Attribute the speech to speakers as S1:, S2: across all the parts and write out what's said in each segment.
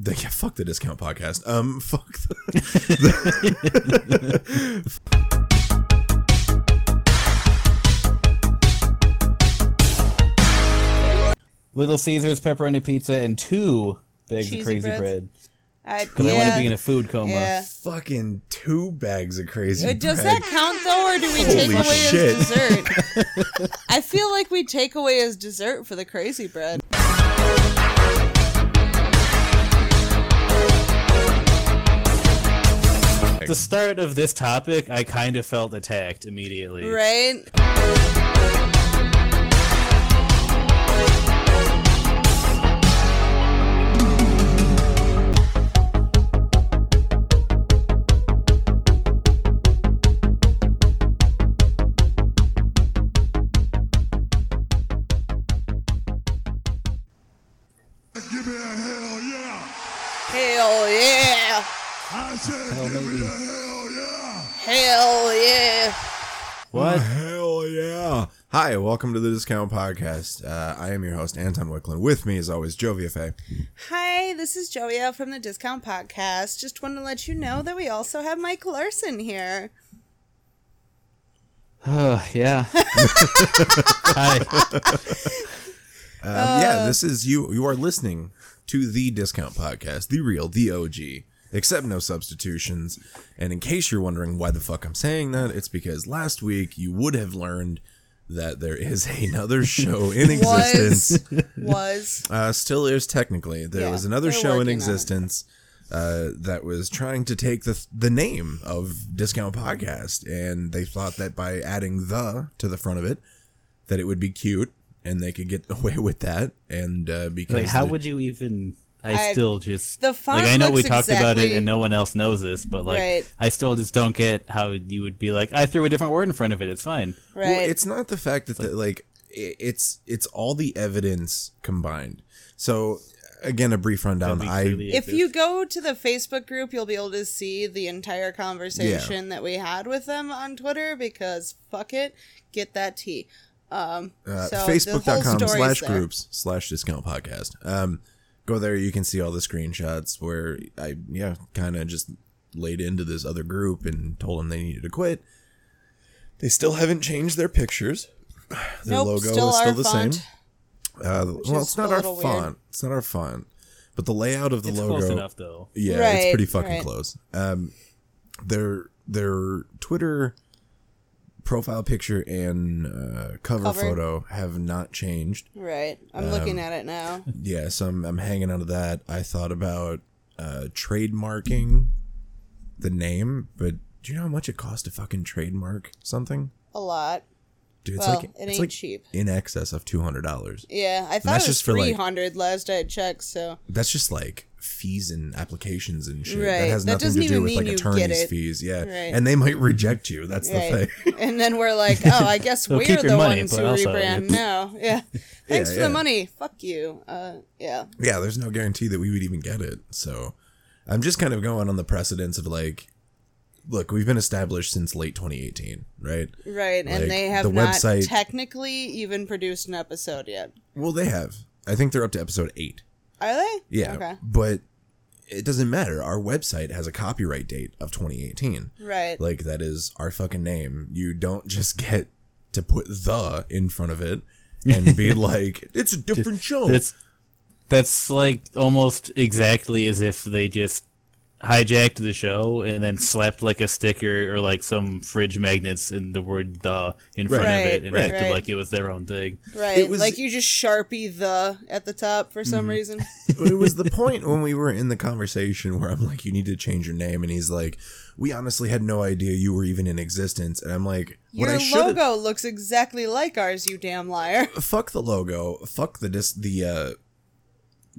S1: the, yeah, fuck the discount podcast. Um, fuck. The,
S2: Little Caesars pepperoni pizza and two bags
S3: Cheesy
S2: of crazy
S3: breads.
S2: bread
S3: I, Uh,
S2: because I want to be in a food coma.
S3: yeah.
S1: fucking two bags of crazy.
S3: Uh, Does
S1: bread.
S3: that count though, or do we
S1: Holy
S3: take away
S1: shit.
S3: his dessert? I feel like we take away his dessert for the crazy bread.
S2: At the start of this topic, I kind of felt attacked immediately.
S3: Right?
S4: Give me a hell yeah!
S3: Hell yeah!
S4: I said, give me a hell yeah!
S1: Oh,
S3: Hell yeah!
S2: What?
S1: Hell yeah! Hi, welcome to the Discount Podcast. Uh, I am your host Anton Wicklund. With me, as always, Joe VFA.
S3: Hi, this is Joey L from the Discount Podcast. Just want to let you know that we also have Mike Larson here.
S2: Oh, yeah. Hi.
S1: Um, yeah, this is you. You are listening to the Discount Podcast, the real, the OG. Except no substitutions. And in case you're wondering why the fuck I'm saying that, it's because last week you would have learned that there is another show in existence.
S3: Was was
S1: Uh, still is technically. There
S3: Yeah,
S1: was another
S3: they're
S1: show
S3: working
S1: in
S3: on it.
S1: existence uh, that was trying to take the the name of Discount Podcast, and they thought that by adding the to the front of it, that it would be cute, and they could get away with that. And uh, because
S2: Like, how
S1: the-
S2: would you even? I,
S3: I-
S2: still just
S3: the font
S2: like I know we
S3: looks
S2: talked about it
S3: exactly-
S2: and no one else knows this, but like
S3: Right.
S2: I still just don't get how you would be like I threw a different word in front of it. It's fine.
S3: right.
S1: Well, it's not the fact that the, like i- it's it's all the evidence combined. So again, a brief rundown.
S2: We
S1: I
S2: clearly
S3: if
S2: exist.
S3: you go to the Facebook group, you'll be able to see the entire conversation that we had with them on Twitter because fuck it, get that tea. Um,
S1: uh,
S3: so the whole
S1: facebook.com
S3: story's
S1: slash
S3: there.
S1: groups slash discount podcast um go there you can see all the screenshots where i yeah kind of just laid into this other group and told them they needed to quit they still haven't changed their pictures their
S3: Nope,
S1: logo
S3: still
S1: is still
S3: our
S1: the
S3: font.
S1: same uh, well
S3: is
S1: it's not
S3: a
S1: our
S3: little weird.
S1: font it's not our font but the layout of the
S2: it's
S1: logo
S2: close enough though.
S1: yeah,
S3: Right,
S1: it's pretty fucking
S3: right.
S1: close. Um, their their Twitter profile picture and uh, cover,
S3: Cover.
S1: photo have not changed.
S3: Right. I'm
S1: Um,
S3: looking at it now.
S1: Yeah, so I'm, I'm hanging onto that. I thought about uh, trademarking the name, but do you know how much it costs to fucking trademark something?
S3: A lot.
S1: Dude, it's
S3: Well,
S1: like
S3: it
S1: it's
S3: ain't
S1: like
S3: cheap.
S1: In excess of two hundred dollars.
S3: Yeah, I thought
S1: that's
S3: it was
S1: just for, like-
S3: 300 last I checked, so
S1: That's just like fees and applications and shit.
S3: Right,
S1: That has
S3: that
S1: nothing
S3: doesn't
S1: to do
S3: even
S1: with like
S3: mean you get
S1: attorneys'
S3: it.
S1: fees. Yeah,
S3: Right.
S1: and they might reject you. That's the
S3: right.
S1: thing.
S3: and then we're like, "Oh, I guess
S2: So
S3: we're
S2: keep your
S3: the
S2: money,
S3: ones
S2: but
S3: who
S2: also-
S3: rebrand now." Yeah. Thanks for
S1: yeah.
S3: the money. Fuck you. Uh yeah.
S1: Yeah, there's no guarantee that we would even get it. So I'm just kind of going on the precedence of like, look, we've been established since late 2018, right?
S3: Right,
S1: Like,
S3: and they have
S1: the
S3: not
S1: website-
S3: technically even produced an episode yet.
S1: Well, they have. I think they're up to episode eight.
S3: Are they?
S1: Yeah.
S3: Okay.
S1: But it doesn't matter. Our website has a copyright date of 2018.
S3: Right.
S1: Like, that is our fucking name. You don't just get to put the in front of it and be like, it's a different show.
S2: That's that's like almost exactly as if they just hijacked the show and then slapped like a sticker or like some fridge magnets and the word "the" in front
S3: Right,
S2: of it and
S3: right.
S2: acted
S3: right.
S2: like it was their own thing.
S3: Right.
S1: It was- Mm-hmm.
S3: like you just sharpie the at the top for some reason.
S1: But it was the point when we were in the conversation where I'm like, you need to change your name. And he's like, we honestly had no idea you were even in existence. And I'm like, what
S3: Your
S1: I should
S3: logo looks exactly like ours, you damn liar.
S1: fuck the logo, fuck the dis, the, uh,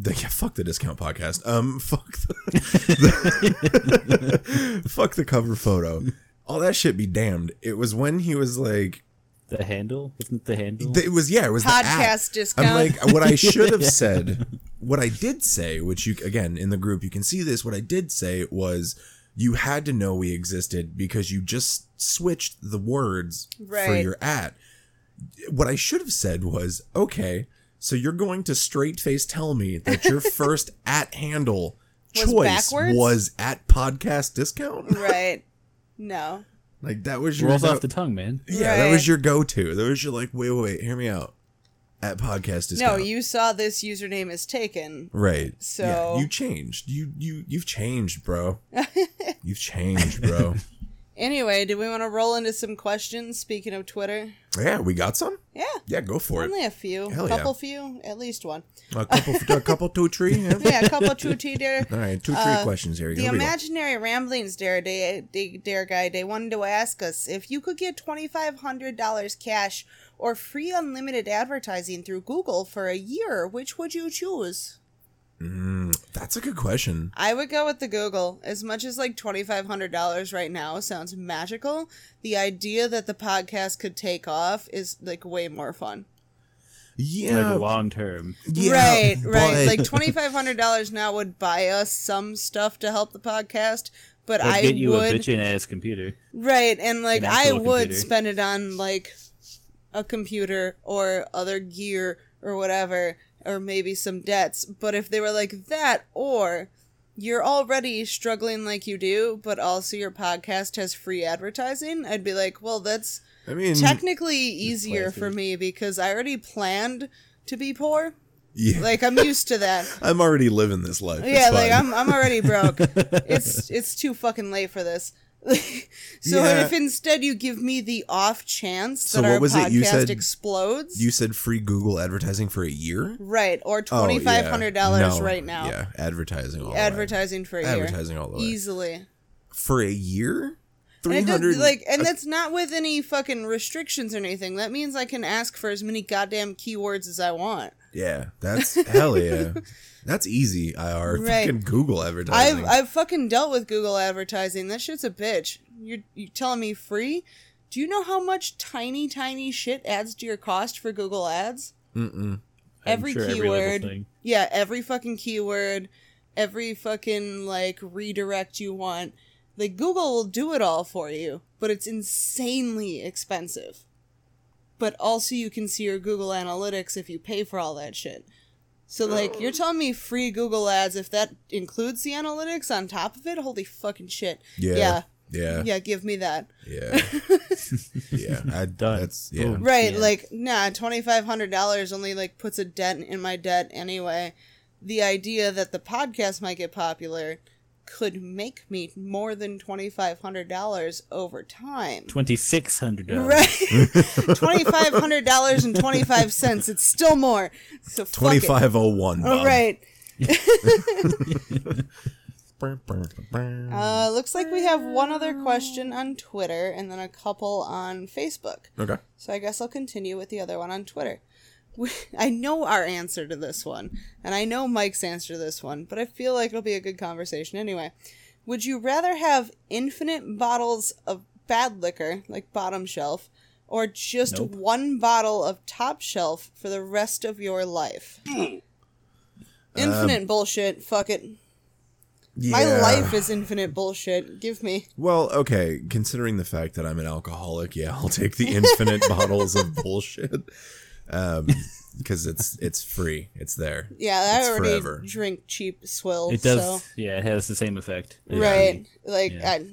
S1: the, yeah, fuck the discount podcast. Um, fuck the, the- fuck the cover photo. All that shit be damned. It was when he was like,
S2: The handle isn't the handle.
S1: it was yeah, it was the app.
S3: Podcast discount.
S1: I'm like, what I should have said, what I did say, which you again in the group you can see this. What I did say was, you had to know we existed because you just switched the words for
S3: Right.
S1: your at. What I should have said was, okay, so you're going to straight face tell me that your first at handle
S3: Was
S1: choice
S3: backwards?
S1: was at podcast discount.
S3: right. No.
S1: Like that was your
S2: Rolls
S1: go-
S2: off the tongue, man.
S1: yeah, that was
S3: Right.
S1: your go to. That was your like wait wait wait hear me out at podcast
S3: No,
S1: discount.
S3: you saw this username is taken.
S1: right.
S3: So-
S1: yeah, you changed. You you you've changed, bro. you've changed, bro.
S3: Anyway, do we want to roll into some questions? Speaking of Twitter,
S1: yeah, we got some.
S3: yeah,
S1: Yeah, go for it.
S3: only a few,
S1: Hell yeah.
S3: couple few, at least one.
S1: A couple, a couple, two, three. Yeah.
S3: Yeah, a couple two T there.
S1: All right, two, three questions here.
S3: Uh, The
S1: Here we go.
S3: imaginary ramblings, dare, they, they, dare guy, they wanted to ask us if you could get twenty five hundred dollars cash or free unlimited advertising through Google for a year, which would you choose?
S1: That's a good question.
S3: I would go with the Google. As much as like twenty five hundred dollars right now sounds magical, the idea that the podcast could take off is like way more fun.
S1: Yeah,
S2: Like long term.
S1: yeah,
S3: right, right.
S1: but-
S3: Like twenty five hundred dollars now would buy us some stuff to help the podcast, but
S2: I'll
S3: I
S2: get you
S3: would
S2: a bitchin' ass computer.
S3: right, and like
S2: an
S3: I
S2: actual
S3: would
S2: computer.
S3: spend it on like a computer or other gear or whatever, or maybe some debts. But if they were like that, or you're already struggling like you do, but also your podcast has free advertising, I'd be like, well, that's
S1: I mean,
S3: technically easier for
S2: through.
S3: me because I already planned to be poor.
S1: yeah,
S3: Like I'm used to that.
S1: I'm already living this life. It's
S3: yeah, like
S1: fine.
S3: I'm I'm already broke. it's it's too fucking late for this. so
S1: Yeah.
S3: if instead you give me the off chance
S1: So
S3: that
S1: what
S3: our
S1: was it
S3: podcast
S1: you said-
S3: explodes,
S1: You said free Google advertising for a year.
S3: right? Or
S1: Oh, yeah.
S3: twenty five hundred dollars
S1: No,
S3: right now,
S1: Yeah, advertising all
S3: advertising for a
S1: the way.
S3: year,
S1: advertising all the way
S3: easily.
S1: for a year.
S3: And
S1: Three
S3: it does,
S1: hundred
S3: like, and that's not with any fucking restrictions or anything. That means I can ask for as many goddamn keywords as I want.
S1: yeah, that's hell yeah. That's easy. IR
S3: Right.
S1: fucking Google
S3: I've
S1: advertising.
S3: I've fucking dealt with Google advertising. That shit's a bitch. You're you telling me free? Do you know how much tiny tiny shit adds to your cost for Google ads?
S1: Mm-mm.
S2: I'm
S3: Every
S2: sure every little
S3: keyword.
S2: thing.
S3: yeah, every fucking keyword, every fucking like redirect you want. Like Google will do it all for you, but it's insanely expensive. But also you can see your Google Analytics if you pay for all that shit. So like you're telling me free Google ads if that includes the analytics on top of it? Holy fucking shit.
S1: Yeah.
S3: Yeah.
S1: Yeah,
S3: Yeah, give me that.
S1: yeah, yeah. I,
S2: Done.
S1: That's yeah.
S2: Boom.
S3: Right,
S2: Yeah.
S3: like nah, twenty five hundred dollars only like puts a dent in my debt anyway. The idea that the podcast might get popular could make me more than twenty five hundred dollars over time.
S2: Twenty six hundred dollars.
S3: Right, twenty five hundred dollars and twenty five cents. It's still more. So
S1: Twenty
S3: twenty five.
S1: five oh one.
S3: All right.
S1: Okay.
S3: Uh, looks like we have one other question on Twitter and then a couple on Facebook. So I guess I'll continue with the other one on Twitter. We- I know our answer to this one, and I know Mike's answer to this one, but I feel like it'll be a good conversation anyway. Would you rather have infinite bottles of bad liquor, like bottom shelf, or just
S2: Nope.
S3: one bottle of top shelf for the rest of your life?
S1: Hmm.
S3: infinite bullshit, fuck it. My
S1: Um, Yeah.
S3: life is infinite bullshit. Give me.
S1: Well, okay, considering the fact that I'm an alcoholic, yeah, I'll take the infinite bottles of bullshit. Um because it's it's free. It's there.
S3: Yeah, I
S1: It's
S3: already
S1: forever.
S3: drink cheap swill.
S2: It does.
S3: So.
S2: Yeah, it has the same effect.
S3: Right. Like
S2: Yeah.
S3: I,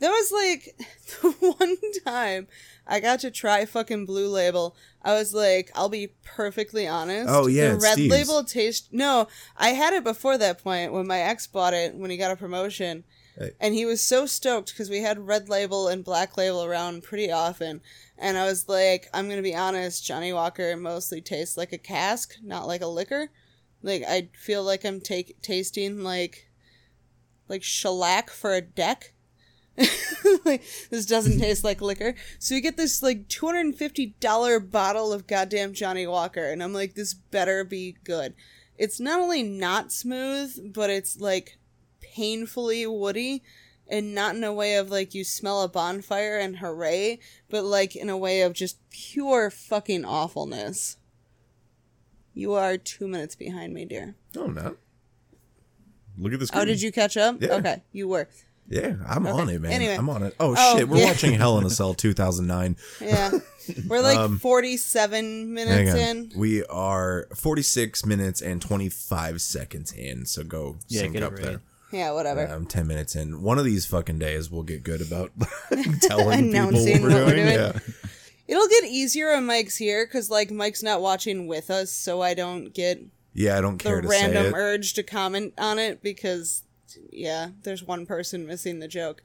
S3: there was like the one time I got to try fucking blue label. I was like, I'll be perfectly honest.
S1: Oh, yeah,
S3: The
S1: it's
S3: red
S1: Steve's.
S3: label taste no, I had it before that point when my ex bought it when he got a promotion.
S1: Hey.
S3: And he was so stoked because we had red label and black label around pretty often. And I was like, I'm going to be honest, Johnny Walker mostly tastes like a cask, not like a liquor. Like, I feel like I'm take, tasting like like shellac for a deck. like, this doesn't taste like liquor. So you get this like two hundred and fifty dollar bottle of goddamn Johnny Walker, and I'm like, this better be good. It's not only not smooth, but it's like painfully woody, and not in a way of like you smell a bonfire and hooray, but like in a way of just pure fucking awfulness. You are two minutes behind me, dear.
S1: No, I'm not. Look at this.
S3: Oh, did you catch up?
S1: Yeah.
S3: Okay, you were.
S1: Yeah, I'm
S3: Okay.
S1: on it, man.
S3: Anyway.
S1: I'm on it. Oh,
S3: Oh,
S1: shit, we're
S3: yeah.
S1: watching Hell in a Cell 2009.
S3: Yeah. We're like
S1: Um,
S3: 47
S1: Hang
S3: minutes
S1: on,
S3: in.
S1: we are 46 minutes and 25 seconds in, so go
S2: Yeah,
S1: sync
S2: get it
S1: up there.
S3: Yeah, whatever.
S1: I'm 10 minutes in. One of these fucking days, we'll get good about telling people what
S3: Announcing
S1: we're
S3: what we're
S1: doing.
S3: doing.
S1: Yeah.
S3: It'll get easier when Mike's here because, like, Mike's not watching with us, so I don't get
S1: yeah, I don't
S3: the
S1: care to say
S3: random
S1: it.
S3: urge to comment on it because, yeah, there's one person missing the joke.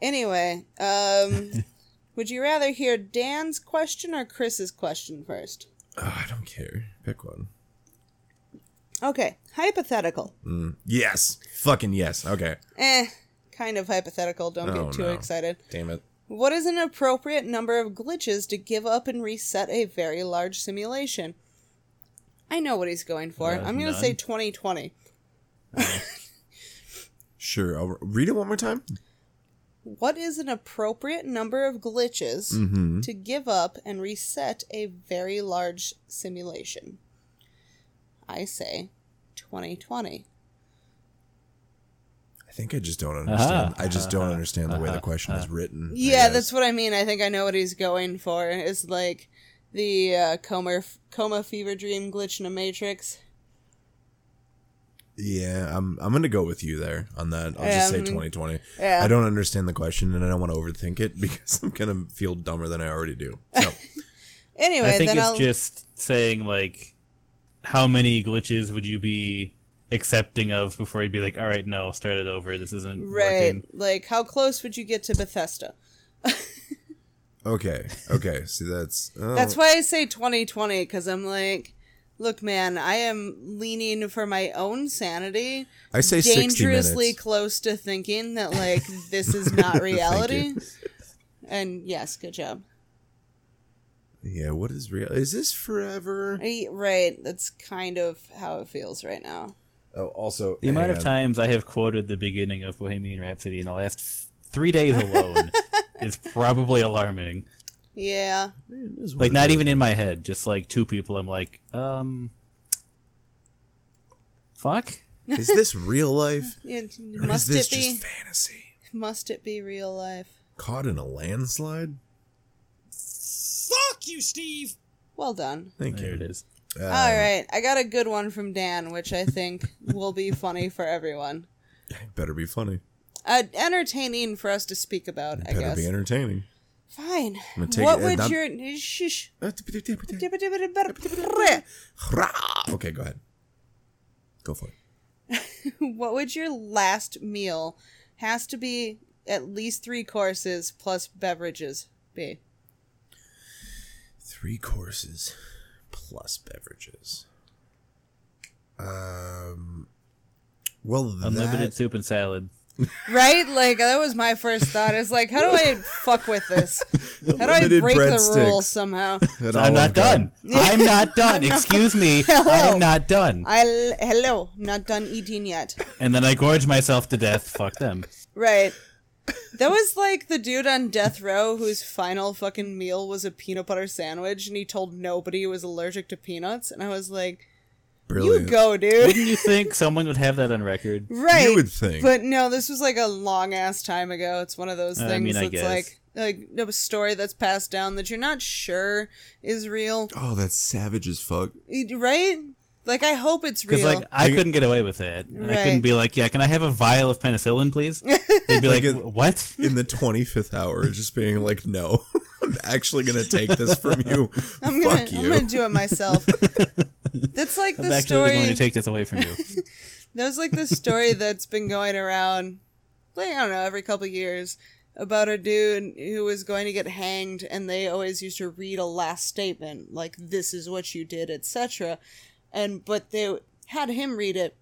S3: Anyway, um, would you rather hear Dan's question or Chris's question first?
S1: Oh, I don't care. Pick one.
S3: Okay, hypothetical.
S1: Mm. Yes. Fucking yes. Okay.
S3: Eh, kind of hypothetical. Don't
S1: Oh,
S3: get too
S1: no.
S3: excited.
S1: Damn it.
S3: What is an appropriate number of glitches to give up and reset a very large simulation? I know what he's going for.
S2: Uh,
S3: I'm going to say
S2: none.
S3: 2020.
S1: Sure. I'll re- read it one more time.
S3: What is an appropriate number of glitches
S1: Mm.
S2: Mm-hmm.
S3: to give up and reset a very large simulation? I say 2020.
S1: I think I just don't understand.
S2: Aha.
S1: I just don't understand the way the question is written. I
S3: Yeah,
S1: guess.
S3: that's what I mean. I think I know what he's going for. It's like the uh, coma, coma fever dream glitch in a matrix.
S1: Yeah, I'm I'm gonna go with you there on that. I'll
S3: Yeah,
S1: just say
S3: mhm.
S1: 2020.
S3: Yeah.
S1: I don't understand the question and I don't want to overthink it because I'm gonna feel dumber than I already do. So
S3: Anyway,
S2: I think
S3: then
S2: it's
S3: I'll.
S2: just saying like, how many glitches would you be accepting of before you'd be like, all right, no, start it over. This isn't
S3: Right.
S2: working.
S3: Like, how close would you get to Bethesda?
S1: okay, okay. See, that's oh,
S3: That's why I say 2020, because I'm like, look, man, I am leaning for my own sanity,
S1: I say 60
S3: dangerously
S1: minutes.
S3: close to thinking that, like, this is not reality. and yes, good job.
S1: Yeah, what is real? Is this forever?
S3: I- Right. That's kind of how it feels right now.
S1: Oh, also
S2: The amount
S1: hang
S2: of
S1: on.
S2: times I have quoted the beginning of Bohemian Rhapsody in the last th- three days alone is probably alarming.
S3: Yeah.
S1: Man, this is what
S2: Like,
S1: it
S2: not
S1: is.
S2: even in my head, just like two people. I'm like, um, fuck.
S1: Is this real life?
S3: It-
S1: Or is
S3: must
S1: this
S3: it
S1: just
S3: be?
S1: fantasy?
S3: Must it be real life?
S1: Caught in a landslide?
S5: Fuck you, Steve!
S3: Well done.
S1: Thank
S2: There
S1: you.
S2: it is.
S1: Um,
S3: All right, I got a good one from Dan, which I think will be funny for everyone.
S1: Better be funny.
S3: Uh, entertaining for us to speak about, I
S1: better
S3: guess.
S1: be entertaining.
S3: Fine.
S1: gonna take
S3: what
S1: it-
S3: would
S1: I'm-
S3: your shh?
S1: okay,
S3: What
S1: go ahead. Go for it.
S3: would your last meal has to be at least three courses plus beverages be?
S1: Three courses plus beverages. Um. Well,
S2: Unlimited
S1: that,
S2: soup and salad.
S3: Right? Like that was my first thought. It's like, how do I fuck with this? How do I
S1: Limited
S3: break the
S1: breadsticks
S3: rules somehow?
S1: at
S2: I'm
S1: Olive
S2: not
S1: Garden.
S2: done. I'm not done. Excuse me. I'm not done.
S3: I hello, not done eating yet.
S2: And then I gorge myself to death. Fuck them.
S3: Right. That was like the dude on death row whose final fucking meal was a peanut butter sandwich and he told nobody he was allergic to peanuts and I was like,
S1: Brilliant.
S3: You go, dude.
S2: Didn't you think someone would have that on record?
S3: right.
S1: You would think.
S3: But no, this was like a long ass time ago. It's one of those
S2: I
S3: things
S2: mean, I
S3: that's
S2: guess.
S3: like like a story that's passed down that you're not sure is real.
S1: oh, that's savage as fuck.
S3: Right? Like I hope it's
S2: Because
S3: real.
S2: like I couldn't get away with that. I
S3: Right.
S2: couldn't be like, yeah, can I have a vial of penicillin, please? They'd be like,
S1: Like a-
S2: what?
S1: In the 25th hour, just being like, no, I'm actually going to take this from you.
S3: I'm gonna
S1: Fuck
S3: I'm
S1: you.
S3: gonna do it myself. that's like
S2: I'm
S3: the
S2: actually
S3: story
S2: going to take this away from you.
S3: That was like the story that's been going around, like, I don't know, every couple years about a dude who was going to get hanged, and they always used to read a last statement, like, this is what you did, etc. And, but they had him read it,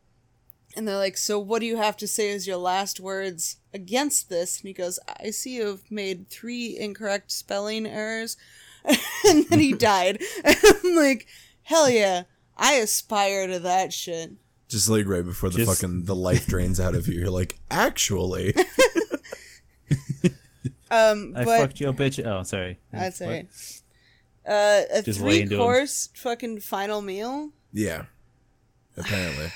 S3: and they're like, so what do you have to say as your last words against this? And he goes, I see you've made three incorrect spelling errors. and then he died. And I'm like, hell yeah, I aspire to that shit.
S1: Just like right before the
S2: Just-
S1: fucking the life drains out of you, you're like, actually,
S3: Um,
S2: I
S3: but
S2: fucked your bitch. Oh, sorry.
S3: That's
S2: Fuck.
S3: alright. Uh, a
S2: Just lay
S3: three
S2: into 'em.
S3: course fucking final meal.
S1: yeah. Apparently,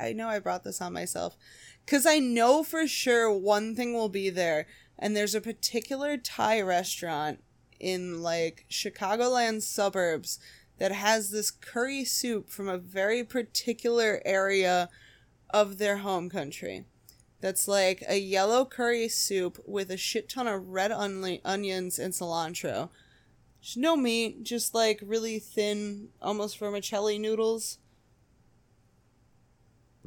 S3: I know I brought this on myself. Because I know for sure one thing will be there. And there's a particular Thai restaurant in like Chicagoland suburbs that has this curry soup from a very particular area of their home country. That's like a yellow curry soup with a shit ton of red onli- onions and cilantro. Just no meat, just like really thin, almost vermicelli noodles.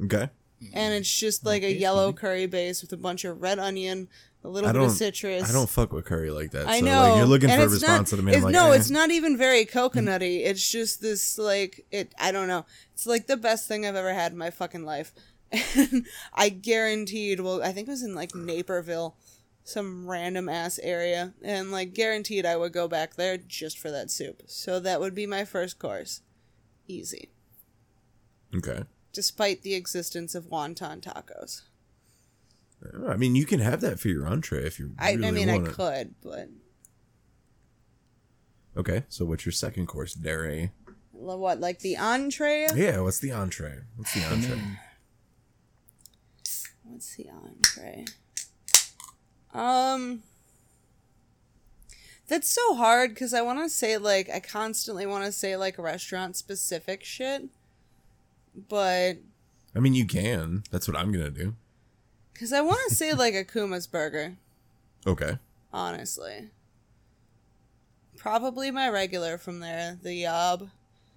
S1: Okay.
S3: And it's just like a
S2: Okay,
S3: yellow
S2: fine.
S3: curry base with a bunch of red onion, a little
S1: I
S3: bit of
S1: don't-
S3: citrus.
S1: I don't fuck with curry like that.
S3: I
S1: so
S3: know.
S1: Like, you're looking
S3: and
S1: for a
S3: it's
S1: response to
S3: not,
S1: the man.
S3: it's-
S1: Like,
S3: no,
S1: eh.
S3: it's not even very coconutty. It's just this like it. I don't know. It's like the best thing I've ever had in my fucking life. And I guaranteed. Well, I think it was in like Naperville, some random ass area, and like guaranteed I would go back there just for that soup. So that would be my first course, easy,
S1: Okay.
S3: despite the existence of wonton tacos.
S1: I mean, you can have that for your entree if you
S3: I,
S1: really
S3: I mean, I
S1: want it.
S3: could, but
S1: Okay, so what's your second course, Dairy?
S3: lo- what like the entree?
S1: Yeah, what's the entree? What's the entree?
S3: What's the entree? Um, that's so hard because I want to say like I constantly want to say like restaurant specific shit, but
S1: I mean, you can. That's what I'm gonna do.
S3: because I want to say like a Kuma's burger,
S1: Okay.
S3: honestly. Probably my regular from there, the yob,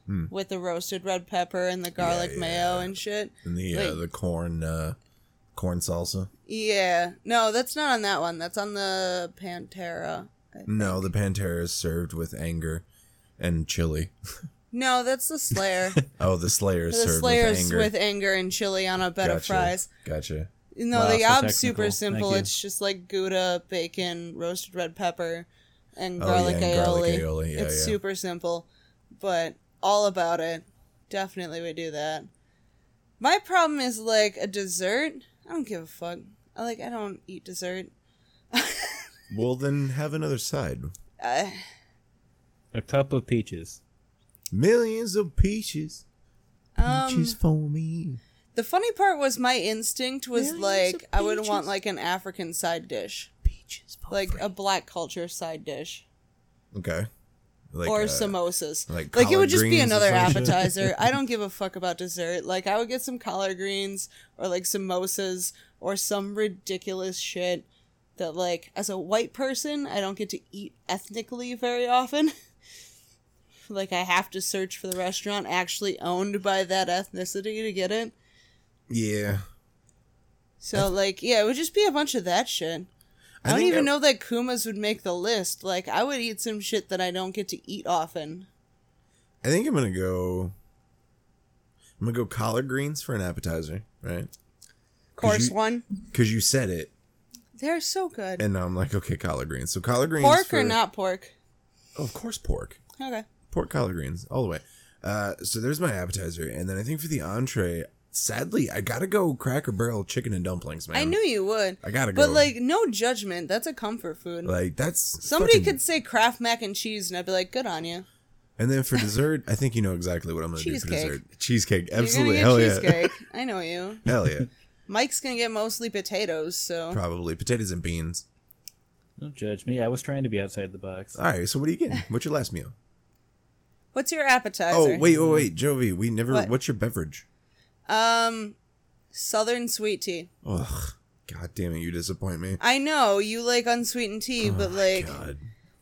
S1: Hmm.
S3: with the roasted red pepper and the garlic
S1: yeah,
S3: mayo and shit.
S1: And the uh,
S3: Wait.
S1: the corn uh, corn salsa.
S3: Yeah, no, that's not on that one. That's on the Pantera. I
S1: No, the Pantera is served with anger and chili.
S3: No, that's the Slayer.
S1: Oh, the Slayer is
S3: the
S1: served
S3: Slayer's
S1: with
S3: with
S1: anger.
S3: anger. and chili on a bed
S1: gotcha.
S3: of fries.
S1: Gotcha.
S3: No,
S2: Wow,
S3: the
S2: so
S3: yob's
S2: technical.
S3: super
S2: Thank
S3: simple.
S2: you.
S3: It's just like gouda, bacon, roasted red pepper, and
S1: Oh, yeah,
S3: garlic
S1: and
S3: aioli.
S1: garlic aioli, yeah,
S3: it's
S1: yeah.
S3: super simple, but all about it. Definitely would do that. My problem is like a dessert. I don't give a fuck. I like I don't eat dessert.
S1: Well, then have another side.
S3: Uh,
S2: A cup of peaches.
S1: Millions of peaches,
S3: um,
S1: peaches for me.
S3: the funny part was my instinct was
S1: Millions
S3: like
S1: of
S3: I would want
S1: peaches.
S3: like an African side dish,
S1: Peaches for
S3: like a black culture side dish.
S1: Okay. Like,
S3: or
S1: uh,
S3: samosas.
S1: like
S3: Like, it
S1: collard
S3: would just be
S1: greens or
S3: another
S1: some shit.
S3: appetizer. I don't give a fuck about dessert. Like I would get some collard greens or like samosas or some ridiculous shit that like as a white person I don't get to eat ethnically very often. like I have to search for the restaurant actually owned by that ethnicity to get it.
S1: Yeah.
S3: So like yeah, it would just be a bunch of that shit. I, don't
S1: think
S3: even know that Kumas would make the list. Like I would eat some shit that I don't get to eat often.
S1: I think I'm gonna go. I'm gonna go collard greens for an appetizer, right?
S3: Course
S1: you-
S3: one.
S1: Because you said it,
S3: They're so good.
S1: and now I'm like, okay, collard greens. So collard greens,
S3: pork or
S1: for-
S3: not pork?
S1: Oh, of course, pork,
S3: Okay.
S1: pork collard greens all the way. Uh, so there's my appetizer, and then I think for the entree, sadly, I gotta go Cracker Barrel chicken and dumplings, man.
S3: I knew you would.
S1: I gotta
S3: But
S1: go.
S3: like, no judgment. That's a comfort food.
S1: Like that's
S3: Somebody
S1: fucking-
S3: could say Kraft mac and cheese, and I'd be like, good on you.
S1: And then for dessert, I think you know exactly what I'm gonna do
S3: Cheesecake.
S1: for dessert. Cheesecake,
S3: You're gonna
S1: absolutely,
S3: get
S1: hell yeah,
S3: cheesecake. I know you.
S1: hell yeah,
S3: Mike's gonna get mostly potatoes, so
S1: probably potatoes and beans.
S2: Don't judge me. I was trying to be outside the box.
S1: All right, so what are you getting? What's your last meal?
S3: what's your appetizer?
S1: Oh wait, wait, wait, Jovi, we never.
S3: What?
S1: What's your beverage?
S3: Um, southern sweet tea.
S1: Ugh, god damn it, you disappoint me.
S3: I know you like unsweetened tea, but like.
S1: Oh God.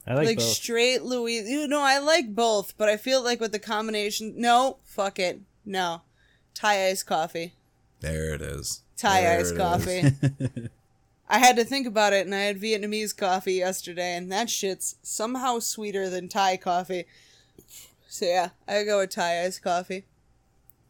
S2: I like,
S3: like
S2: both.
S3: straight Louis. You know, I like both, but I feel like with the combination, no, fuck it, no, Thai iced coffee,
S1: There it is.
S3: Thai
S1: There it
S3: iced
S1: is.
S3: coffee. I had to think about it, and I had Vietnamese coffee yesterday, and that shit's somehow sweeter than Thai coffee. So yeah, I go with Thai iced coffee.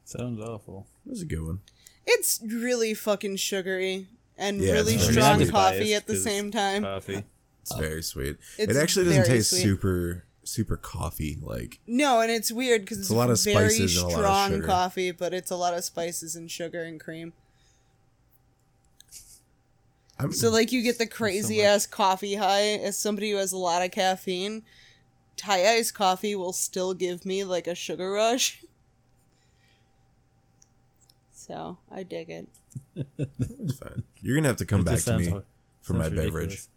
S2: Sounds awful.
S1: That was a good one.
S3: It's really fucking sugary and
S1: Yeah,
S3: really
S1: it's very
S3: strong
S1: sweet.
S3: coffee at the
S2: Biased 'cause
S3: same time.
S2: Coffee.
S1: It's very sweet.
S3: Uh, It's
S1: it actually doesn't
S3: very
S1: taste
S3: sweet.
S1: super super coffee like.
S3: No, and it's weird because it's
S1: a lot of
S3: very
S1: spices and a lot of
S3: strong
S1: sugar.
S3: coffee, but it's a lot of spices and sugar and cream.
S1: I'm,
S3: So like you get the crazy ass coffee high as somebody who has a lot of caffeine. Thai iced coffee will still give me like a sugar rush. So I dig it.
S1: It's fine. You're gonna have to come
S2: It
S1: back
S2: just
S1: to
S2: sounds
S1: me
S2: hor-
S1: for my
S2: sounds
S1: beverage.
S2: ridiculous.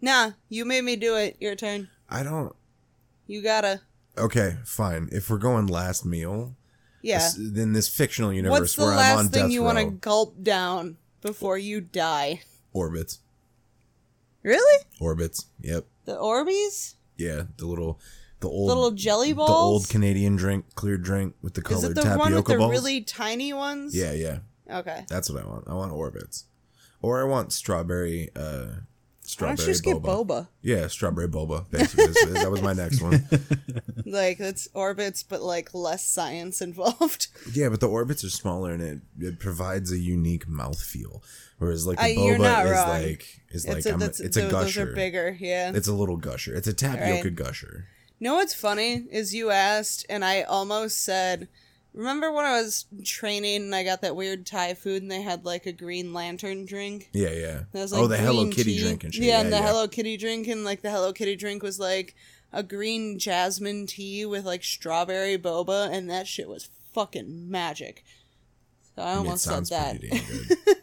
S3: Nah, you made me do it. Your turn.
S1: I don't.
S3: You gotta.
S1: Okay, fine. If we're going last meal,
S3: Yeah.
S1: this- then this fictional universe
S3: What's the
S1: where I'm on
S3: last thing
S1: death
S3: you want to
S1: row
S3: gulp down before you die?
S1: orbits,
S3: Really?
S1: orbits. Yep,
S3: The Orbeez?
S1: yeah. The little, the old,
S3: the little jelly
S1: the old
S3: balls?
S1: Canadian drink, clear drink with the
S3: Is
S1: colored
S3: it the
S1: tapioca
S3: one with the
S1: balls.
S3: really tiny ones?
S1: Yeah, yeah.
S3: Okay.
S1: That's what I want. I want orbits, or I want strawberry. uh
S3: Why
S1: Strawberry
S3: don't you just get
S1: boba.
S3: boba?
S1: Yeah, strawberry boba. Basically, This- that was my next one.
S3: Like it's orbits, but like less science involved.
S1: Yeah, but the orbits are smaller and it, it provides a unique mouthfeel. Whereas like the
S3: Uh, you're
S1: boba
S3: not
S1: is
S3: wrong.
S1: like is like
S3: it's a,
S1: I'm a,
S3: that's,
S1: it's a
S3: tho- Those
S1: gusher.
S3: are bigger, yeah.
S1: It's a little gusher. It's a tapioca
S3: Alright.
S1: gusher.
S3: You know what's funny is you asked, and I almost said, "Remember when I was training and I got that weird Thai food, and they had like a Green Lantern drink?"
S1: Yeah, yeah.
S3: And it was,
S1: oh, the Hello
S3: green
S1: Kitty
S3: tea.
S1: drink and shit.
S3: Yeah, and the Hello Kitty drink, and like the Hello Kitty drink was like a green jasmine tea with like strawberry boba, and that shit was fucking magic. So I
S1: I mean, it
S3: almost said
S1: sounds
S3: that.
S1: pretty damn good.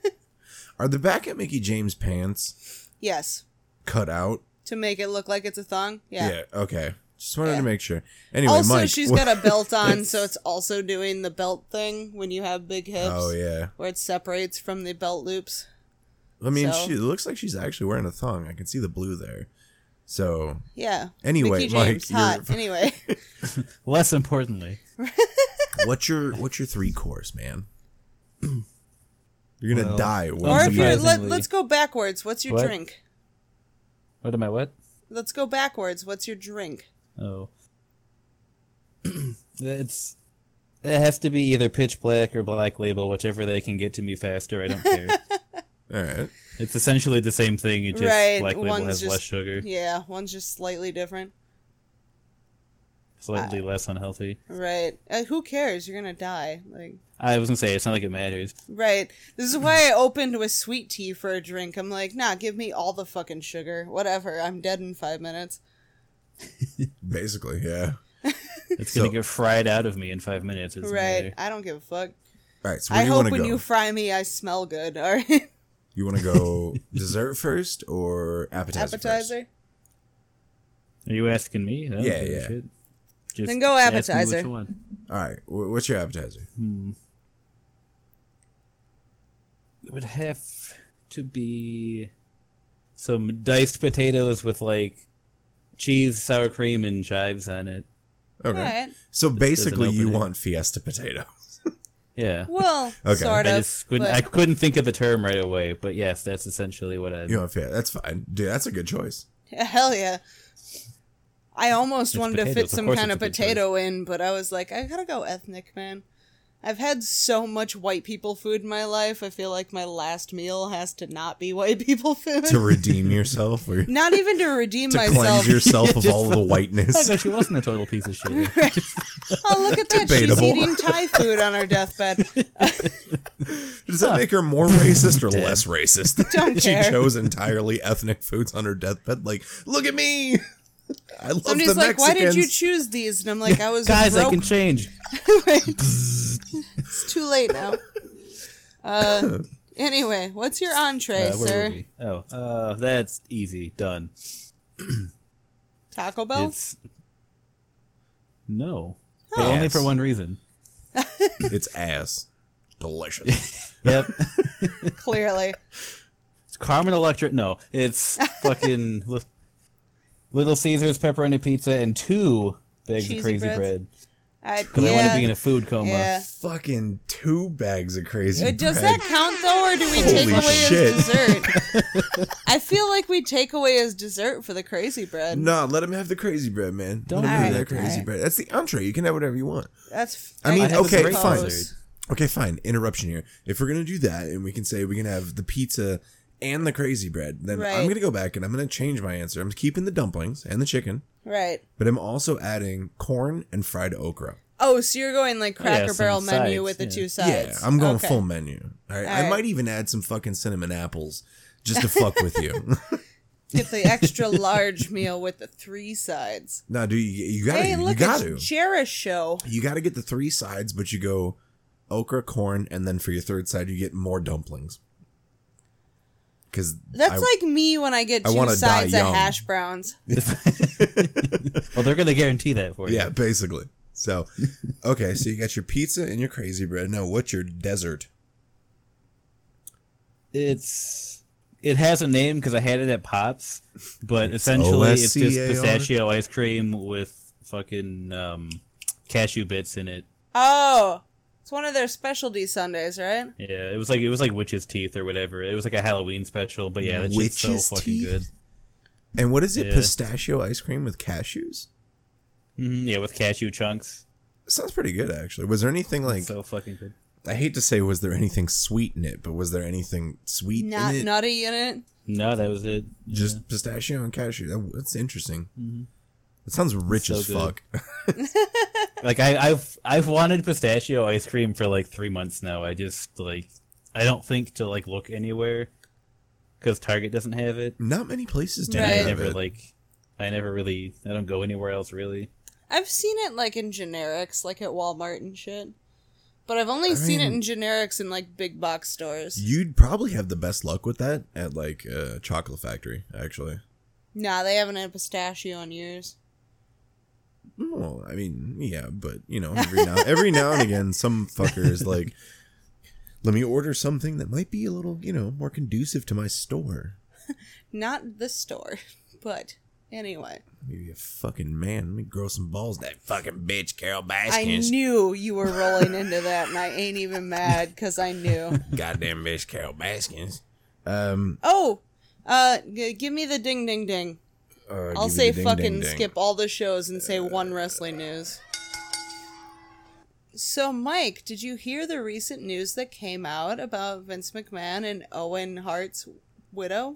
S1: are the back at Mickey James pants
S3: yes,
S1: cut out?
S3: to make it look like it's a thong. Yeah.
S1: okay. Just wanted
S3: Yeah.
S1: to make sure. Anyway,
S3: also,
S1: Mike. Oh,
S3: she's
S1: what-
S3: got a belt on, so it's also doing the belt thing when you have big hips.
S1: Oh yeah.
S3: where it separates from the belt loops.
S1: I mean,
S3: So-
S1: she it looks like she's actually wearing a thong. I can see the blue there. So
S3: Yeah.
S1: Anyway,
S3: Mickey
S1: Mike,
S3: James,
S1: you're-
S3: hot. Anyway,
S2: Less importantly,
S1: what's your what's your three course, man? you're gonna
S2: Well,
S1: die. when
S3: or if
S1: you-
S3: you're let,
S2: Unsurprisingly.
S3: let's go backwards. What's your
S2: What?
S3: drink?
S2: what am I? What?
S3: Let's go backwards. What's your drink?
S2: Oh, it's it has to be either pitch black or black label, whichever they can get to me faster. I don't care.
S1: all right.
S2: it's essentially the same thing. It just
S3: Right,
S2: black label
S3: one's
S2: has
S3: just-
S2: less sugar,
S3: Yeah, one's just slightly different.
S2: slightly
S3: uh,
S2: less unhealthy.
S3: Right. Uh, who cares? You're gonna die. Like.
S2: I was gonna say it's not like it matters.
S3: Right. This is why I opened with sweet tea for a drink. I'm like, nah, give me all the fucking sugar. Whatever. I'm dead in five minutes.
S1: Basically, yeah.
S2: It's gonna
S1: So-
S2: get fried out of me in five minutes. It's
S3: Right. I don't give a fuck.
S1: All right. So where
S3: I
S1: do you want
S3: hope
S1: to
S3: when
S1: go?
S3: you
S1: You,
S3: fry me, I smell good. All right.
S1: want to go dessert first or appetizer? first?
S3: Appetizer.
S2: Are you asking me? I don't
S1: Yeah,
S2: give a
S1: yeah.
S2: shit. Just
S3: Then go
S2: ask me which
S3: appetizer.
S2: one.
S1: All right. wh- What's your appetizer?
S2: Hmm. It would have to be some diced potatoes with like cheese, sour cream, and chives on it.
S1: Okay.
S3: All right.
S1: So basically,
S2: open
S1: you
S2: it.
S1: want fiesta potato.
S2: Yeah.
S3: Well,
S1: Okay.
S3: sort of.
S2: I just couldn't.
S3: but-
S2: I couldn't think of the term right away, but yes, that's essentially what I.
S1: You want fiesta? That's fine, dude. That's a good choice.
S3: Hell yeah. I almost
S2: It's
S3: wanted to
S2: potatoes,
S3: fit
S2: of
S3: some
S2: course
S3: kind of
S2: it's a good
S3: potato in, but I was like, I gotta go ethnic, man. I've had so much white people food in my life. I feel like my last meal has to not be white people food.
S1: To redeem yourself or to
S3: not even to redeem myself.
S1: cleanse yourself of
S2: Just
S1: all the
S2: I
S1: whiteness.
S2: thought she wasn't a total piece of shit.
S3: oh, look at that.
S1: Debatable.
S3: She's eating Thai food on her deathbed.
S1: Does that make her more racist or
S2: Dead.
S1: less racist?
S3: Don't
S1: she
S3: care.
S1: chose entirely ethnic foods on her deathbed. Like, look at me. I love
S3: Somebody's
S1: the
S3: like,
S1: Mexicans.
S3: why did you choose these? And I'm like, I was
S2: Guys, I
S3: broke.
S2: can change.
S3: It's too late now. Uh, anyway, what's your entree,
S2: Uh, where were
S3: sir?
S2: we? Oh, uh, that's easy. Done.
S3: Taco Bell?
S2: It's no, but only
S1: Yes.
S2: for one reason.
S1: It's ass. Delicious.
S2: Yep,
S3: Clearly.
S2: it's Carmen Electric. No, it's fucking Li- Little Caesars pepperoni pizza and two bags
S3: Cheesy
S2: of crazy
S3: breads.
S2: bread
S3: I,
S2: because I want to be in
S3: yeah,
S2: a food coma.
S3: yeah.
S1: Fucking two bags of crazy.
S3: Uh, Does
S1: bread.
S3: that count though, or do we take
S1: Holy
S3: away
S1: shit.
S3: his dessert? I feel like we take away his dessert for the crazy bread.
S1: No, let him have the crazy bread, man.
S2: Don't
S1: let him
S2: Alright,
S1: have that crazy
S3: alright.
S1: bread. That's the entree. You can have whatever you want.
S3: That's.
S1: I mean,
S2: I have
S1: okay,
S2: a
S3: suppose.
S1: fine.
S2: dessert.
S1: Okay, fine. Interruption here. If we're gonna do that, and we can say we can have the pizza and the crazy bread, then I'm
S3: Right.
S1: gonna go back and I'm gonna change my answer. I'm keeping the dumplings and the chicken,
S3: Right.
S1: but I'm also adding corn and fried okra.
S3: Oh, so you're going like
S2: yeah,
S3: Cracker
S2: some
S3: Barrel menu
S2: sides,
S3: with the
S2: yeah.
S3: two
S1: Yeah,
S3: sides.
S1: I'm going
S3: Okay.
S1: full menu. All right? I
S3: Alright.
S1: might even add some fucking cinnamon apples just to fuck with you.
S3: Get the extra large meal with the three sides.
S1: no, dude, you, you gotta,
S3: hey,
S1: you
S3: look
S1: gotta,
S3: at Cherish Show.
S1: you gotta get the three sides, but you go okra, corn, and then for your third side, you get more dumplings. Because
S3: That's like me when I get
S1: I
S3: two
S1: wanna die
S3: sides of
S1: young.
S3: hash browns.
S2: Well, they're gonna guarantee that for you.
S1: yeah, basically. So, okay, so you got your pizza and your crazy bread. Now, what's your dessert?
S2: it's it has a name because I had it at Pops, but essentially it's just
S1: OSCAR?
S2: pistachio ice cream with fucking um, cashew bits in it.
S3: Oh, it's one of their specialty Sundays, right?
S2: Yeah, it was like it was like witch's teeth or whatever. It was like a Halloween special, but Oh, yeah, that shit's so
S1: Witch's
S2: fucking
S1: teeth?
S2: good.
S1: And what is it?
S2: Yeah.
S1: Pistachio ice cream with cashews?
S2: hmm yeah, with cashew chunks,
S1: Sounds pretty good, actually. Was there anything like
S2: so fucking good.
S1: I hate to say, was there anything sweet in it? But was there anything sweet
S3: Not
S1: in it?
S3: nutty in it.
S2: No, that was it.
S1: Just pistachio and cashew. That, that's interesting. That sounds rich
S2: Mm-hmm. So
S1: as
S2: good.
S1: fuck.
S2: Like I, I've I've wanted pistachio ice cream for like three months now. I just like I don't think to like look anywhere because Target doesn't have it.
S1: Not many places do
S3: Right.
S2: I
S1: have
S2: never
S1: it.
S2: like. I never really. I don't go anywhere else really.
S3: I've seen it like in generics, like at Walmart and shit. But I've only
S1: I
S3: seen it
S1: mean-
S3: in generics in like big box stores.
S1: You'd probably have the best luck with that at like a chocolate factory, actually.
S3: Nah, they haven't had pistachio in years.
S1: Well, I mean, yeah, but you know, every now every now and again, some fucker is like, "Let me order something that might be a little, you know, more conducive to my store."
S3: Not the store, but anyway.
S1: Maybe a fucking man. Let me grow some balls. That fucking bitch, Carol
S3: I
S1: Baskins.
S3: knew you were rolling into that, and I ain't even mad because I knew.
S1: Goddamn bitch, Carol Baskins. Um,
S3: Oh, uh, g- give me the ding ding ding.
S1: uh, give
S3: I'll
S1: you
S3: say
S1: the ding,
S3: fucking
S1: ding, ding.
S3: skip all the shows and say one wrestling news. So, Mike, did you hear the recent news that came out about Vince McMahon and Owen Hart's widow?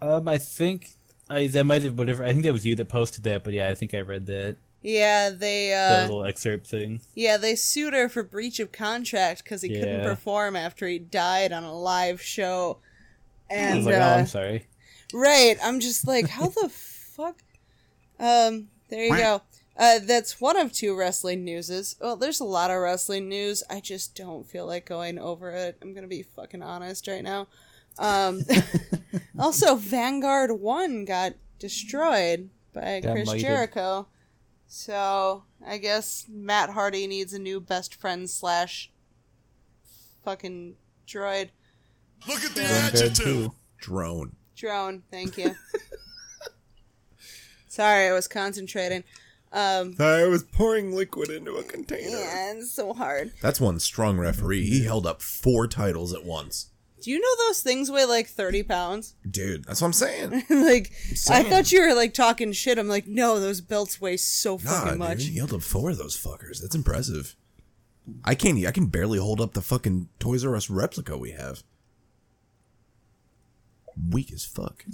S2: Um, I think I that might have whatever. I think that was you that posted that, but yeah, I think I read that
S3: Yeah, they
S2: that
S3: uh,
S2: little excerpt thing.
S3: yeah they sued her for breach of contract because he couldn't
S2: Yeah.
S3: perform after he died on a live show.
S2: I
S3: And
S2: was like,
S3: uh,
S2: oh, I'm sorry.
S3: Right. I'm just like, how the fuck? Um, there you go. Uh, that's one of two wrestling newses. Well, there's a lot of wrestling news. I just don't feel like going over it. I'm gonna be fucking honest right now. Um, also, Vanguard One got destroyed by
S2: Got
S3: Chris
S2: mighted.
S3: Jericho. So I guess Matt Hardy needs a new best friend slash fucking droid
S4: Look at the
S2: Vanguard
S4: adjective.
S2: two.
S1: drone.
S3: Drone, thank you. Sorry, I was concentrating. Um,
S1: I was pouring liquid into a container.
S3: yeah, it's so hard.
S1: That's one strong referee. He held up four titles at once.
S3: Do you know those things weigh like 30 pounds?
S1: Dude, that's what I'm saying.
S3: like,
S1: Same.
S3: I thought you were like talking shit. I'm like, no, those belts weigh so
S1: Nah,
S3: fucking much.
S1: dude, he held up four of those fuckers. That's impressive. I can't. e, I can barely hold up the fucking Toys R Us replica we have. Weak as fuck.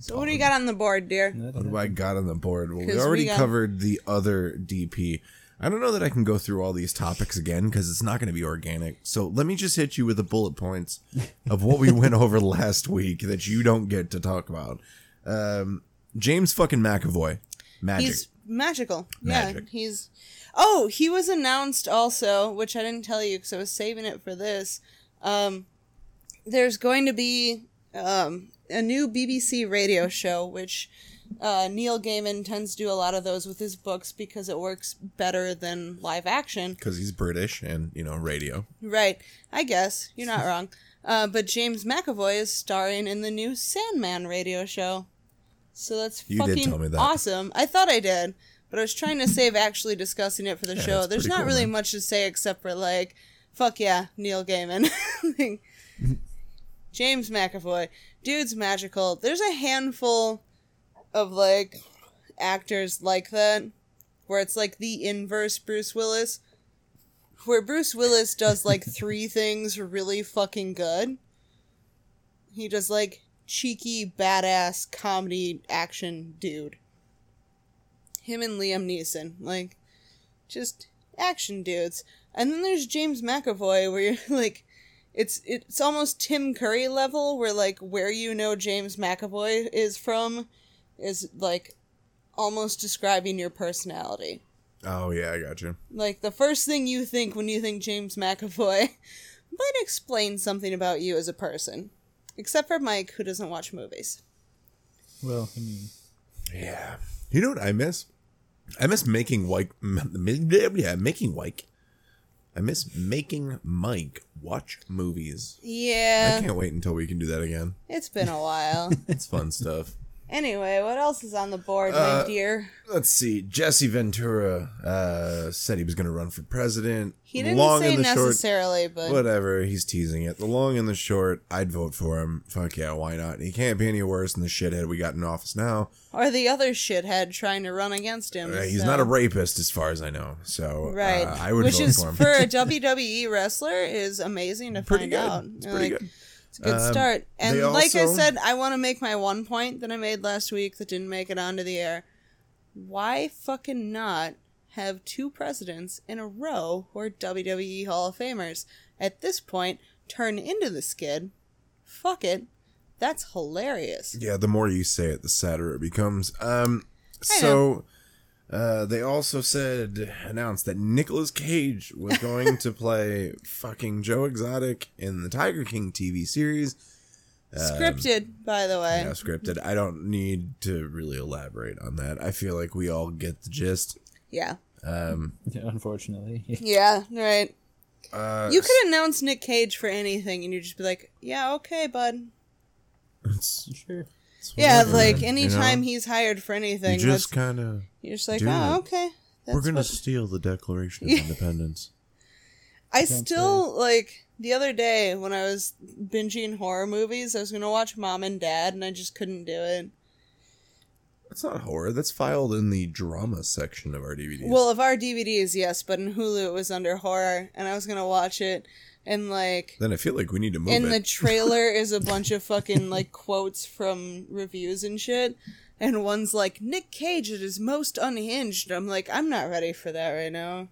S3: So, what do you got on the board, dear?
S1: What do I got on the board? Well, we
S3: 'Cause we
S1: already
S3: got-
S1: covered the other DP. I don't know that I can go through all these topics again because it's not going to be organic. So let me just hit you with the bullet points of what we went over last week that you don't get to talk about. Um, James fucking McAvoy, magic.
S3: He's magical.
S1: Magic.
S3: Yeah, he's. Oh, he was announced also, which I didn't tell you because I was saving it for this. Um, there's going to be um, a new BBC radio show, which uh, Neil Gaiman tends to do a lot of those with his books because it works better than live action.
S1: because he's British and you know radio.
S3: Right. I guess. You're not wrong. Uh, but James McAvoy is starring in the new Sandman radio show. So that's
S1: You did
S3: fucking
S1: tell me that.
S3: awesome. I thought I did, but I was trying to save actually discussing it for the show.
S1: that's
S3: There's
S1: pretty
S3: not
S1: cool,
S3: really
S1: man.
S3: much to say except for like, fuck yeah, Neil Gaiman. Like, James McAvoy. Dude's magical. There's a handful of like actors like that where it's like the inverse Bruce Willis where Bruce Willis does like three things really fucking good. He does like cheeky, badass comedy action dude. Him and Liam Neeson, like just action dudes. And then there's James McAvoy where you're like it's it's almost Tim Curry level where like where you know James McAvoy is from is like almost describing your personality.
S1: Oh yeah, I got you.
S3: Like the first thing you think when you think James McAvoy might explain something about you as a person. Except for Mike, who doesn't watch movies.
S2: Well, I mean,
S1: Yeah. You know what I miss? I miss making Mike. Yeah, making Mike. I miss making Mike watch movies. I
S3: Yeah,
S1: can't wait until we can do that again.
S3: it's been a while.
S1: It's fun stuff.
S3: anyway, what else is on the board,
S1: Uh,
S3: my dear?
S1: Let's see. Jesse Ventura uh, said he was going to run for president.
S3: He didn't
S1: Long
S3: say
S1: and the short-
S3: necessarily, but
S1: Whatever, he's teasing it. The long and the short, I'd vote for him. Fuck yeah, why not? He can't be any worse than the shithead we got in office now.
S3: or the other shithead trying to run against him.
S1: Uh, he's
S3: so-
S1: not a rapist, as far as I know. So
S3: right.
S1: uh, I would
S3: Which
S1: vote
S3: is
S1: for him.
S3: a WWE wrestler is amazing to
S1: pretty
S3: find
S1: good.
S3: out.
S1: It's
S3: You're
S1: pretty
S3: like,
S1: good.
S3: It's a good
S1: Um,
S3: start. And
S1: they
S3: like I
S1: also-
S3: said, I want to make my one point that I made last week that didn't make it onto the air. Why fucking not have two presidents in a row who are WWE Hall of Famers at this point turn into the skid? Fuck it. That's hilarious.
S1: Yeah, the more you say it, the sadder it becomes. Um,
S3: I
S1: so uh, they also said announced that Nicolas Cage was going to play fucking Joe Exotic in the Tiger King TV series. um,
S3: Scripted, by the way.
S1: Yeah, scripted. I don't need to really elaborate on that. I feel like we all get the gist. Um,
S3: Yeah.
S2: unfortunately,
S3: Yeah, right.
S1: Uh,
S3: You could announce Nick Cage for anything and you'd just be like, yeah, okay, bud.
S1: uh, it's-
S2: sure.
S1: it's
S3: Yeah,
S1: whatever,
S3: like
S1: you
S3: anytime
S1: know?
S3: he's hired for
S1: You
S3: anything,
S1: just
S3: that's-
S1: kind of
S3: you're just like,
S1: do
S3: oh,
S1: it.
S3: okay. That's
S1: we're gonna
S3: what-
S1: steal the Declaration of Independence.
S3: I still like the other day when I was binging horror movies, I was gonna watch Mom and Dad, and I just couldn't do it.
S1: That's not horror. That's filed in the drama section of our DVDs.
S3: Well, of our DVDs, yes, but in Hulu it was under horror, and I was gonna watch it, and like.
S1: then I feel like we need to move
S3: in
S1: it.
S3: the trailer is a bunch of fucking like quotes from reviews and shit. And one's like, Nick Cage at his most unhinged. I'm like, I'm not ready for that right now.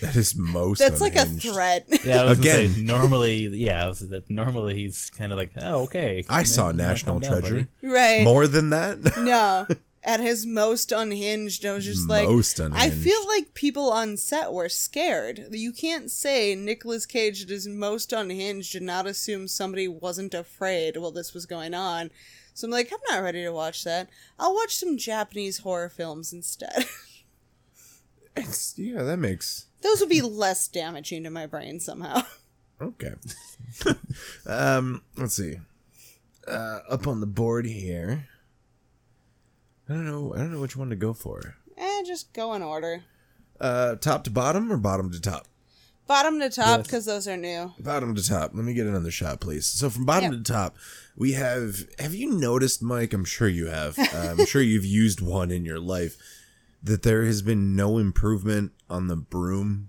S1: that is most.
S3: That's
S1: unhinged.
S3: like a threat.
S2: Yeah, I was Again.
S1: Again.
S2: Say, normally, yeah, I was that normally he's kind of like, oh, okay.
S1: I saw
S2: Man,
S1: National
S2: calm down, buddy.
S1: Treasure.
S3: right.
S1: More than that.
S3: No. At his most unhinged, I was just like,
S1: Most
S3: I
S1: unhinged.
S3: feel like people on set were scared. You can't say Nicolas Cage at his most unhinged and not assume somebody wasn't afraid while this was going on. So I'm like, I'm not ready to watch that. I'll watch some Japanese horror films instead.
S1: It's- yeah, that makes
S3: Those would be less damaging to my brain somehow.
S1: okay. um, let's see. Uh, up on the board here. I don't know. I don't know which one to go for.
S3: eh, just go in order.
S1: Uh, top to bottom or bottom to top?
S3: Bottom to top, because those are new.
S1: Bottom to top. Let me get another shot, please. So from bottom
S3: Yeah.
S1: to top, we have. Have you noticed, Mike? I'm sure you have. Uh, I'm sure you've used one in your life. That there has been no improvement on the broom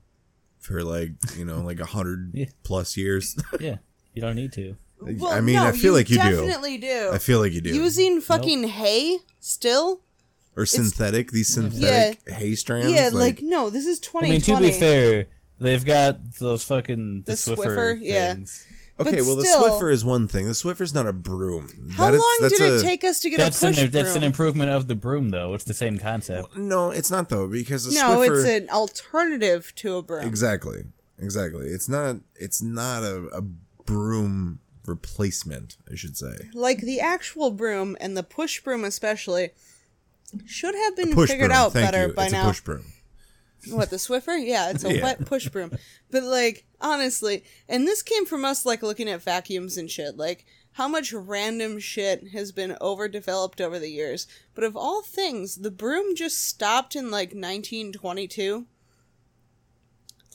S1: for like you know like a hundred
S2: Yeah.
S1: plus years.
S2: Yeah, you don't need to.
S3: Well,
S1: I mean,
S3: no,
S1: I feel like you do.
S3: definitely do.
S1: I feel like you do.
S3: Using fucking hay still?
S1: or synthetic these synthetic hay strands.
S3: Yeah, like, no, this is
S2: I
S3: 2020.
S2: mean, to be fair, they've got those fucking the,
S3: The
S2: Swiffer,
S3: Swiffer, yeah.
S2: things.
S1: okay.
S3: but
S1: Well,
S3: still-
S1: the Swiffer is one thing. The Swiffer's not a broom.
S3: How
S1: That is-
S3: long
S1: that's
S3: did it
S1: a-
S3: take us to get
S2: That's
S3: a push
S2: an that's an
S3: broom?
S2: improvement of the broom, though. It's the same concept.
S1: No, it's not though because the
S3: no,
S1: Swiffer.
S3: it's an alternative to a broom.
S1: Exactly. Exactly. It's not it's not a, a broom replacement, I should say.
S3: Like the actual broom and the push broom especially should have been
S1: Push
S3: figured
S1: broom.
S3: out
S1: Thank
S3: better
S1: you.
S3: by
S1: it's
S3: now.
S1: a push broom.
S3: What the Swiffer? Yeah, it's a
S1: Yeah.
S3: wet push broom. But like honestly, and this came from us like looking at vacuums and shit. Like how much random shit has been overdeveloped over the years. But of all things, the broom just stopped in like 1922.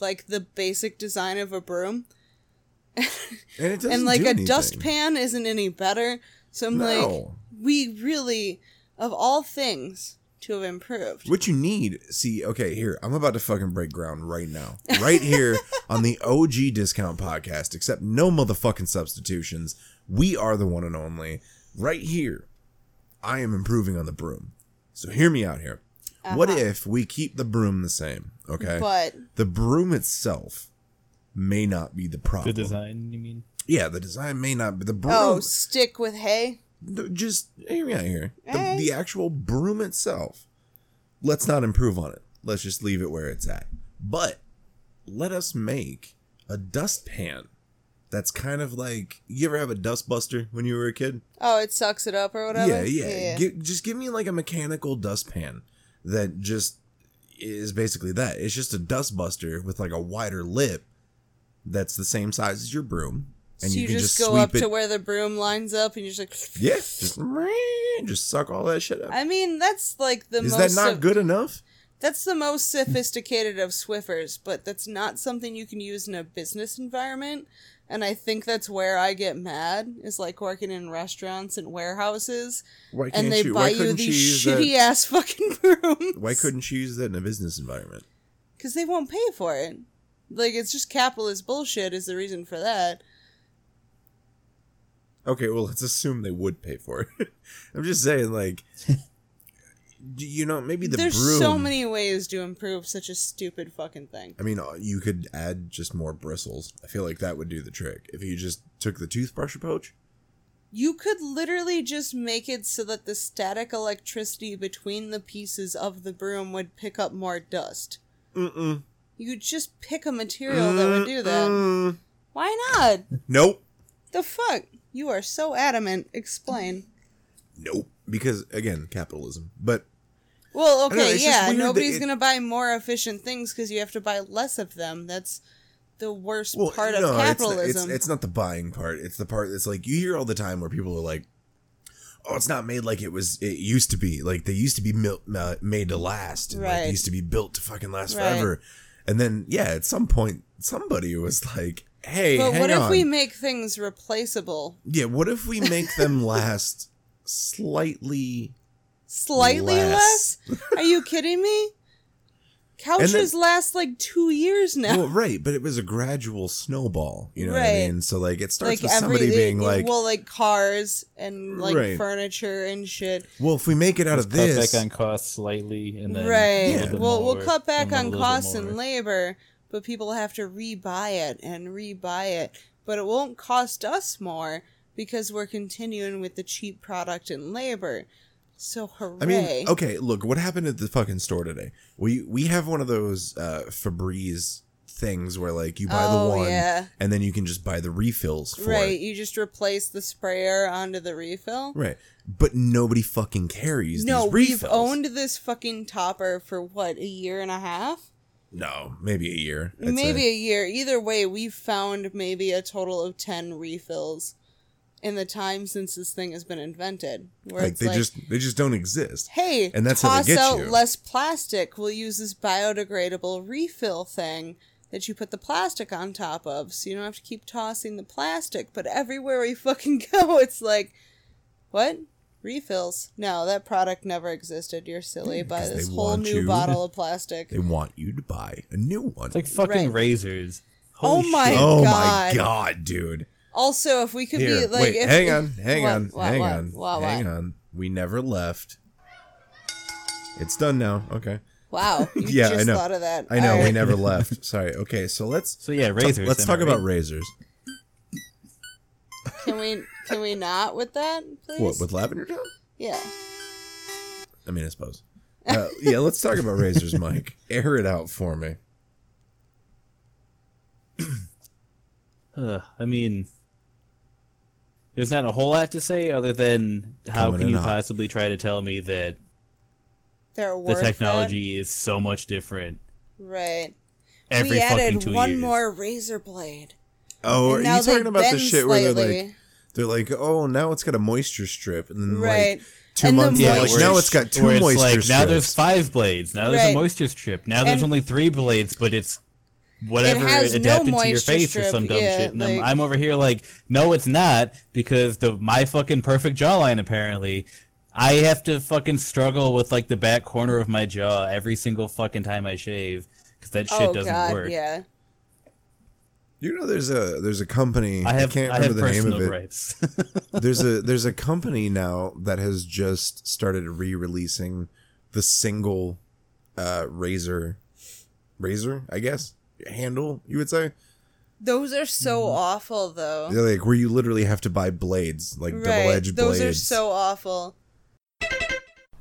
S3: Like the basic design of a broom,
S1: And it doesn't
S3: and like
S1: do
S3: a
S1: anything.
S3: dustpan isn't any better. So I'm like,
S1: No.
S3: we really, of all things, to have improved.
S1: What you need, see, okay, here, I'm about to fucking break ground right now. Right here on the OG discount podcast, except no motherfucking substitutions. We are the one and only. Right here, I am improving on the broom. So hear me out here. What if we keep the broom the same? Okay.
S3: Uh-huh. But
S1: the broom itself may not be the problem.
S2: The design, you mean?
S1: Yeah, the design may not be the broom.
S3: oh, stick with hay.
S1: th- just hear me out here. The,
S3: Hey.
S1: the actual broom itself let's not improve on it. Let's just leave it where it's at. But let us make a dustpan that's kind of like you ever have a dustbuster when you were a kid?
S3: Oh, it sucks it up or
S1: Yeah,
S3: whatever.
S1: yeah. Gi- just give me like a mechanical dustpan that just is basically that. It's just a dustbuster with like a wider lip that's the same size as your broom,
S3: so you, just, go up to where the broom lines up, and you're just like,
S1: yeah, just just suck all that shit up.
S3: I mean, that's like the
S1: Is
S3: most.
S1: that not
S3: of-
S1: good enough?
S3: That's the most sophisticated of Swiffers, but that's not something you can use in a business environment. And I think that's where I get mad is like working in restaurants and warehouses,
S1: Why can't
S3: and they
S1: you?
S3: buy
S1: Why
S3: you
S1: couldn't you
S3: these
S1: use
S3: shitty
S1: that?
S3: ass fucking brooms.
S1: Why couldn't she use that in a business environment?
S3: Because they won't pay for it. Like it's just capitalist bullshit is the reason for that.
S1: Okay, well, let's assume they would pay for it. I'm just saying, like, d- you know, maybe the
S3: There's
S1: broom.
S3: so many ways to improve such a stupid fucking thing.
S1: I mean, uh, you could add just more bristles. I feel like that would do the trick. If you just took the toothbrush approach,
S3: You could literally just make it so that the static electricity between the pieces of the broom would pick up more dust.
S1: mm-mm,
S3: You could just pick a material that would do that.
S1: Mm-mm.
S3: Why not?
S1: Nope,
S3: The fuck? You are so adamant. Explain.
S1: nope. Because again, capitalism. But
S3: Well,
S1: know,
S3: okay,
S1: it's just
S3: yeah.
S1: weird that
S3: Nobody's
S1: it-
S3: gonna buy more efficient things because you have to buy less of them. That's the worst
S1: well,
S3: part
S1: no,
S3: of
S1: it's not-
S3: capitalism.
S1: It's, it's not the buying part. It's the part that's like you hear all the time where people are like, "Oh, it's not made like it was. It used to be like they used to be mil- uh, made to last. And, Like,
S3: Right.
S1: it used to be built to fucking last
S3: Right.
S1: forever." And then yeah, at some point, somebody was like, "Hey,
S3: but
S1: hang
S3: what if
S1: on.
S3: we make things replaceable?
S1: Yeah, what if we make them last slightly?
S3: Slightly
S1: Less.
S3: less? Are you kidding me? Couches last like two years now.
S1: Well, right, but it was a gradual snowball. You know what I
S3: Right.
S1: mean? So like, it starts
S3: like
S1: with
S3: every
S1: somebody being
S3: it-
S1: like, well,
S3: well, like cars and like
S1: Right.
S3: furniture and shit.
S1: if we make it out of
S2: cut
S1: this,
S2: back on costs slightly, and then a
S3: right.
S1: little bit
S3: Well,
S2: more,
S3: we'll cut back
S2: and then a
S3: on
S2: little bit
S3: costs
S2: more.
S3: and labor, but people have to rebuy it and rebuy it. But it won't cost us more because we're continuing with the cheap product and labor. So hooray!
S1: I mean, okay, look, what happened at the fucking store today? We we have one of those uh Febreze things where like you buy
S3: Oh,
S1: the one
S3: yeah.
S1: and then you can just buy the refills for
S3: right?
S1: it.
S3: You just replace the sprayer onto the refill.
S1: Right. But nobody fucking carries
S3: No,
S1: these
S3: we've
S1: refills.
S3: owned this fucking topper for what a year and a half.
S1: No, maybe a year. I'd
S3: maybe
S1: say.
S3: a year. Either way, we've found maybe a total of 10 refills in the time since this thing has been invented. Where
S1: like
S3: it's
S1: they
S3: like,
S1: just they just don't exist.
S3: hey,
S1: and that's how they
S3: toss
S1: get
S3: out
S1: you.
S3: less plastic. We'll use this biodegradable refill thing that you put the plastic on top of so you don't have to keep tossing the plastic. But everywhere we fucking go, it's like, what? Refills? No, that product never existed. You're silly. Buy
S1: because they
S3: this whole
S1: want
S3: new
S1: you.
S3: bottle of plastic.
S1: They want you to buy a new one.
S2: It's like fucking
S3: Right.
S2: razors.
S3: Oh
S2: Holy
S3: my-
S2: shit.
S1: oh my
S3: God.
S1: god, dude.
S3: Also, if we could be
S1: Here,
S3: like,
S1: wait,
S3: if,
S1: hang on, hang
S3: What,
S1: on,
S3: what,
S1: hang
S3: what,
S1: on,
S3: what, what?
S1: hang on. We never left. It's done now. Okay.
S3: Wow, you
S1: Yeah,
S3: just
S1: I know.
S3: thought of that.
S1: I know
S3: All
S1: we
S3: right.
S1: never left. Sorry. Okay, so let's
S2: So yeah, razors.
S1: let's
S2: am
S1: talk
S2: I
S1: about
S2: right?
S1: razors.
S3: Can we can we not with that, please?
S1: What with lavender down?
S3: yeah.
S1: I mean, I suppose. Uh, yeah, let's talk about razors, Mike. Air it out for me.
S2: Ugh, I mean, there's not a whole lot to say other than how
S1: Coming
S2: can
S1: in
S2: you
S1: hot.
S2: possibly try to tell me that
S3: There are
S2: the
S3: words for
S2: technology is so much different
S3: that. Right.
S2: every
S3: we
S2: fucking
S3: added
S2: two
S3: one
S2: years.
S3: more razor blade.
S1: Oh,
S3: and
S1: are
S3: now
S1: you
S3: they
S1: talking about the
S3: bend
S1: shit where
S3: slightly.
S1: they're like they're like, oh, now it's got a moisture strip, and then
S3: Right.
S1: like two
S3: And the
S1: months
S2: Yeah,
S1: later,
S2: where
S3: moisture-
S1: now it's got two
S2: where it's
S1: moisture
S2: like,
S1: strips.
S2: Now there's five blades. Now there's a
S3: Right.
S2: moisture strip. Now there's
S3: And-
S2: only three blades, but it's whatever
S3: It has no
S2: adapted to your
S3: moisture
S2: face or
S3: strip,
S2: some dumb
S3: yeah,
S2: shit. And I'm,
S3: like-
S2: I'm over here like, no, it's not because the my fucking perfect jawline apparently. I have to fucking struggle with like the back corner of my jaw every single fucking time I shave because that shit
S3: oh
S2: doesn't
S3: God,
S2: work.
S3: yeah.
S1: You know, there's a there's a company.
S2: I have
S1: can't
S2: I have
S1: remember the name
S2: personal
S1: of it.
S2: gripes.
S1: there's a there's a company now that has just started re-releasing the single uh razor razor i guess handle you would say
S3: Those are so
S1: Mm-hmm.
S3: awful, though.
S1: They're like where you literally have to buy blades like double-edged
S3: Those
S1: blades
S3: are so awful.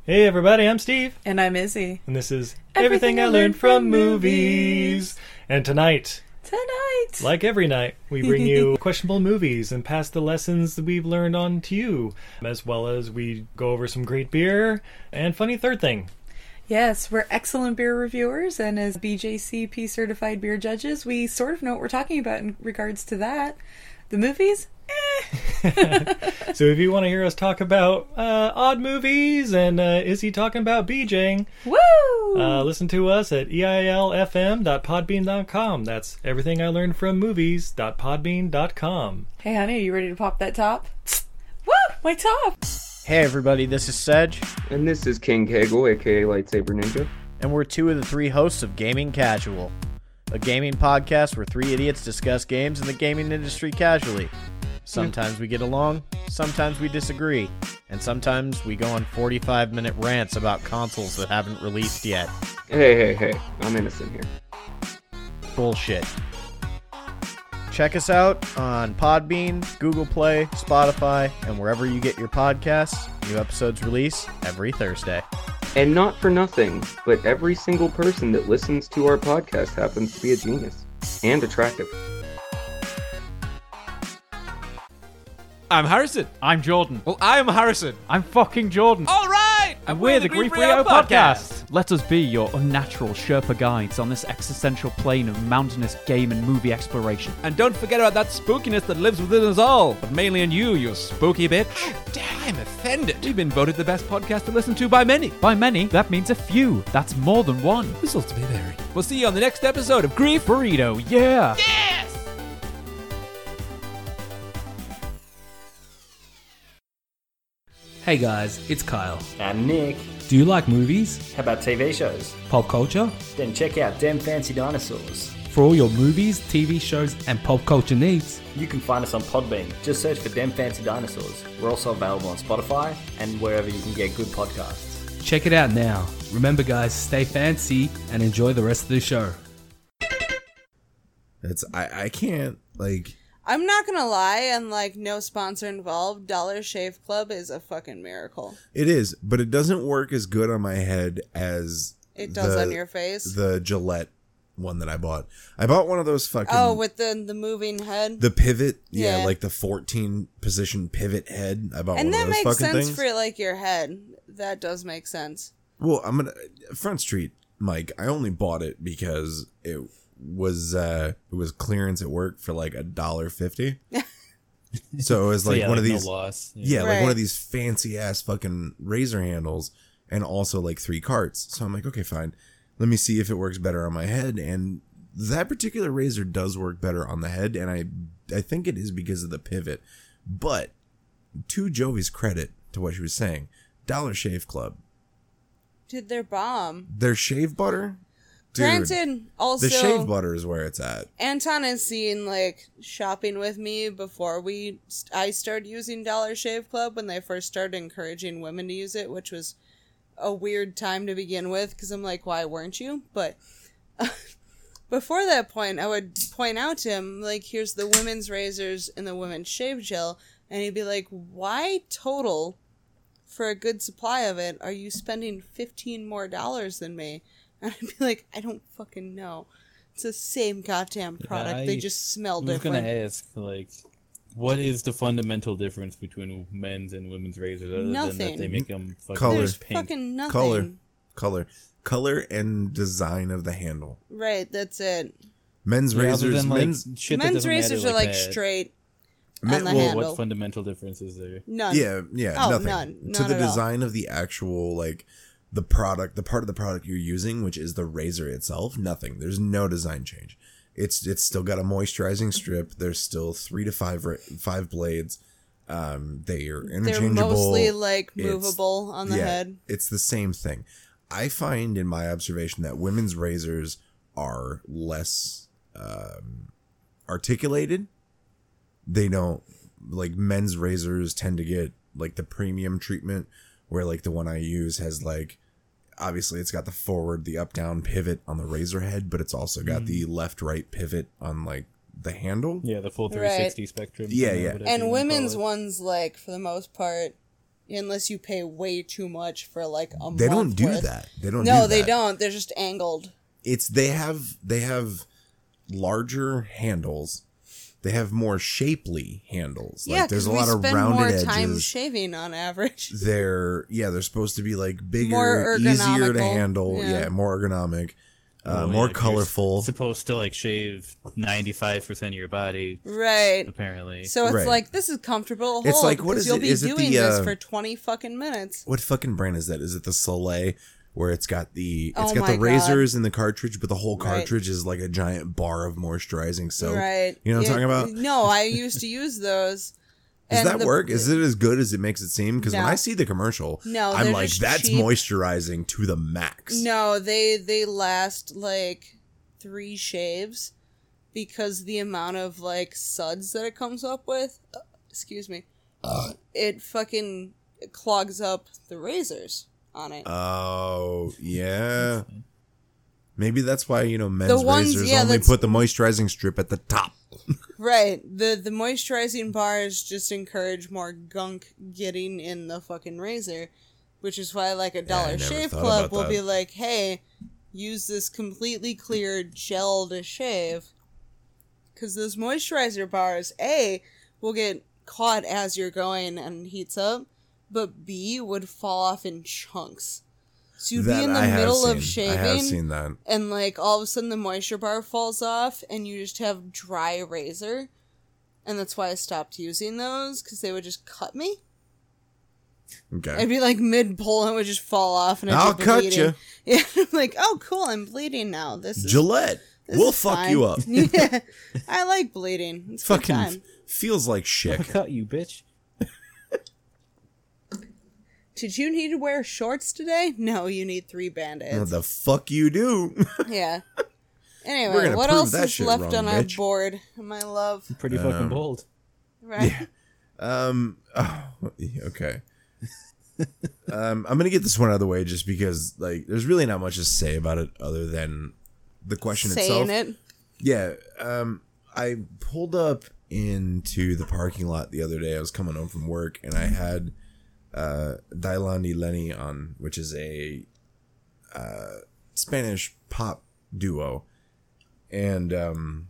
S5: Hey everybody, I'm Steve,
S6: And I'm Izzy.
S5: and this is
S6: Everything I Learned from Movies.
S5: And tonight,
S6: Tonight!
S5: like every night, we bring you questionable movies and pass the lessons that we've learned on to you, as well as we go over some great beer and funny third thing.
S6: Yes, we're excellent beer reviewers, and as BJCP certified beer judges, we sort of know what we're talking about in regards to that. The movies? Eh.
S5: So if you want to hear us talk about uh, odd movies and uh, Izzy talking about BJing,
S6: Woo!
S5: uh, listen to us at eilfm.podbean.com. That's everything I learned from movies.podbean.com.
S6: hey, honey, are you ready to pop that top? Woo! My top!
S7: Hey everybody, this is Sedge,
S8: And this is King Kegel, aka Lightsaber Ninja.
S7: and we're two of the three hosts of Gaming Casual, a gaming podcast where three idiots discuss games and the gaming industry casually. Sometimes we get along, sometimes we disagree, and sometimes we go on 45 minute rants about consoles that haven't released yet.
S8: Hey, hey, hey, I'm innocent here.
S7: Bullshit. Check us out on Podbean, Google Play, Spotify, and wherever you get your podcasts. New episodes release every Thursday.
S8: And not for nothing, but every single person that listens to our podcast happens to be a genius and attractive.
S9: I'm Harrison.
S10: I'm Jordan.
S9: Well, I am Harrison.
S10: I'm fucking Jordan.
S9: All right.
S10: and we're, the, Grief Rio podcast. Let us be your unnatural Sherpa guides on this existential plane of mountainous game and movie exploration.
S9: And don't forget about that spookiness that lives within us all, but mainly in you, you spooky bitch.
S10: Ah,
S9: How dare I'm offended. We've been voted the best podcast to listen to by many.
S10: By many, that means a few. That's more than one.
S9: Whistles to be merry. We'll see you on the next episode of Grief.
S10: Burrito, yeah!
S11: Hey guys, it's Kyle.
S9: I'm Nick.
S11: Do you like movies,
S9: How about TV shows?
S11: pop culture?
S9: Then check out Damn Fancy Dinosaurs.
S11: For all your movies, TV shows, and pop culture needs,
S9: You can find us on Podbean. Just search for Damn Fancy Dinosaurs. We're also available on Spotify and wherever you can get good podcasts.
S11: check it out now. Remember, guys, stay fancy and enjoy the rest of the show.
S1: That's I I can't like
S3: I'm not gonna lie, and like no sponsor involved, Dollar Shave Club is a fucking miracle.
S1: it is, but it doesn't work as good on my head as
S3: It does on your face.
S1: The Gillette one that I bought. I bought one of those fucking
S3: oh, with the the moving head.
S1: the pivot, yeah,
S3: Yeah.
S1: like the 14 position pivot head. I bought
S3: and
S1: one
S3: that
S1: of those
S3: makes
S1: fucking
S3: sense
S1: things.
S3: for like your head. That does make sense.
S1: Well, I'm gonna Front Street, Mike. I only bought it because it was uh it was clearance at work for like a dollar fifty. So it was
S2: So,
S1: like
S2: yeah,
S1: one of
S2: no
S1: these,
S2: loss.
S1: yeah, like
S3: Right.
S1: one of these fancy ass fucking razor handles, and also like three carts. So I'm like, okay, fine. Let me see if it works better on my head. And that particular razor does work better on the head, and I I think it is because of the pivot. But to Jovi's credit, to what she was saying, Dollar Shave Club
S3: Dude, they're bomb.
S1: their shave butter. Dude,
S3: Granted, also
S1: the shave butter is where it's at.
S3: Anton has seen like shopping with me before we st- I started using Dollar Shave Club when they first started encouraging women to use it, which was a weird time to begin with because I'm like, why weren't you? But before that point, I would point out to him like, here's the women's razors and the women's shave gel, and he'd be like, why total for a good supply of it are you spending fifteen more dollars than me? And I'd be like, I don't fucking know. It's the same goddamn product. they
S2: I
S3: just smell
S2: I was gonna
S3: different.
S2: ask, like, what is the fundamental difference between men's and women's razors other than
S3: Nothing.
S2: that they make them fucking
S1: Color.
S3: There's
S2: pink?
S3: fucking nothing.
S1: Color, color, color, and design of the handle.
S3: Right, that's it.
S1: Men's
S2: Yeah, other
S1: razors,
S2: than, like,
S1: men's
S2: shit that
S3: Men's
S2: doesn't matter
S3: razors are like
S2: that.
S3: straight
S1: men-
S3: on the
S1: well,
S2: What
S3: handle.
S2: fundamental difference is there?
S3: None.
S1: yeah, yeah,
S3: Oh,
S1: nothing
S3: none.
S1: to
S3: None
S1: the
S3: at all.
S1: design of the actual like the product, the part of the product you're using, which is the razor itself. Nothing. There's no design change. It's it's still got a moisturizing strip. There's still three to five ra- five blades. Um, they are
S3: They're
S1: interchangeable.
S3: mostly like
S1: It's-
S3: movable on the head.
S1: It's the same thing. I find in my observation that women's razors are less um, articulated. They don't like men's razors tend to get like the premium treatment, where like the one I use has like obviously it's got the forward, the up down pivot on the razor head, but it's also got the left right pivot on like the handle.
S2: Yeah, the full
S3: Right.
S2: 360 spectrum.
S1: Yeah, Uh,
S2: you know,
S1: yeah.
S2: whatever you wanna
S3: And
S2: call
S3: women's
S2: it.
S3: ones, like for the most part, unless you pay way too much for like a
S1: They don't
S3: month
S1: do
S3: worth.
S1: that. They don't
S3: no
S1: do
S3: they
S1: that.
S3: don't they're just angled
S1: it's they have they have larger handles they have more shapely handles
S3: yeah
S1: like there's
S3: 'cause
S1: a
S3: we
S1: lot of
S3: spend
S1: rounded
S3: more
S1: edges
S3: time shaving on average
S1: they're yeah they're supposed to be like bigger
S3: More
S1: easier to
S3: ergonomical,
S1: handle yeah,
S3: yeah.
S1: more ergonomic uh,
S2: Oh, yeah,
S1: more
S2: 'cause you're
S1: colorful
S2: supposed to like shave 95% of your body.
S3: right
S2: Apparently.
S3: so it's
S1: Right.
S3: like this is comfortable hold,
S1: It's like, what is
S3: because you'll
S1: it-
S3: be
S1: is it the,
S3: doing this
S1: uh,
S3: for 20 fucking minutes
S1: what fucking brand is that is it the soleil where it's got the it's
S3: Oh
S1: got the
S3: my God.
S1: razors and the cartridge but the whole
S3: Right.
S1: cartridge is like a giant bar of moisturizing soap
S3: right
S1: you know what i'm
S3: Yeah,
S1: talking about
S3: no i used to use those
S1: Does
S3: And
S1: that
S3: the-
S1: work? Is it as good as it makes it seem? Because
S3: No.
S1: when I see the commercial,
S3: No,
S1: I'm
S3: they're
S1: like,
S3: just
S1: that's
S3: cheap.
S1: moisturizing to the max.
S3: No, they they last like three shaves because the amount of like suds that it comes up with, uh, excuse me, it fucking clogs up the razors on it.
S1: Oh yeah, maybe that's why you know men's
S3: ones-
S1: razors
S3: yeah,
S1: only
S3: that's-
S1: put the moisturizing strip at the top.
S3: right. The the moisturizing bars just encourage more gunk getting in the fucking razor, which is why like a
S1: I
S3: Dollar
S1: never
S3: Shave
S1: thought
S3: Club
S1: about
S3: will
S1: that.
S3: be like, "Hey, use this completely clear gel to shave." Cuz those moisturizer bars, A, will get caught as you're going and heats up, but B would fall off in chunks. So you'd
S1: That
S3: be in the
S1: I have
S3: middle of
S1: seen. I
S3: shaving
S1: have seen that.
S3: and like all of a sudden the moisture bar falls off and you just have dry razor and that's why i stopped using those because they would just cut me
S1: Okay,
S3: i'd be like mid-pull and it would just fall off and I'd
S1: I'll
S3: be
S1: cut
S3: bleeding.
S1: ya.
S3: yeah i'm like oh cool i'm bleeding now this is
S1: Gillette,
S3: this
S1: we'll
S3: is
S1: fuck
S3: fine.
S1: you up.
S3: yeah i like bleeding it's fucking
S1: Fucking
S3: good time.
S1: feels like shit.
S2: Cut you, bitch.
S3: did you need to wear shorts today no you need three
S1: What
S3: band-aids
S1: the fuck you do?
S3: yeah
S1: We're
S3: anyway
S1: gonna
S3: what
S1: prove
S3: else
S1: that
S3: is
S1: shit
S3: left
S1: wrong,
S3: on our
S1: bitch.
S3: board my love
S2: Pretty
S1: Um,
S2: fucking bold.
S3: right
S1: Um. Oh, okay. um, I'm gonna get this one out of the way just because, like, there's really not much to say about it other than the question
S3: saying
S1: itself.
S3: it
S1: Yeah. Um, I pulled up into the parking lot the other day. I was coming home from work, and I had uh, Dailandi Lenny on, which is a uh, Spanish pop duo, and um,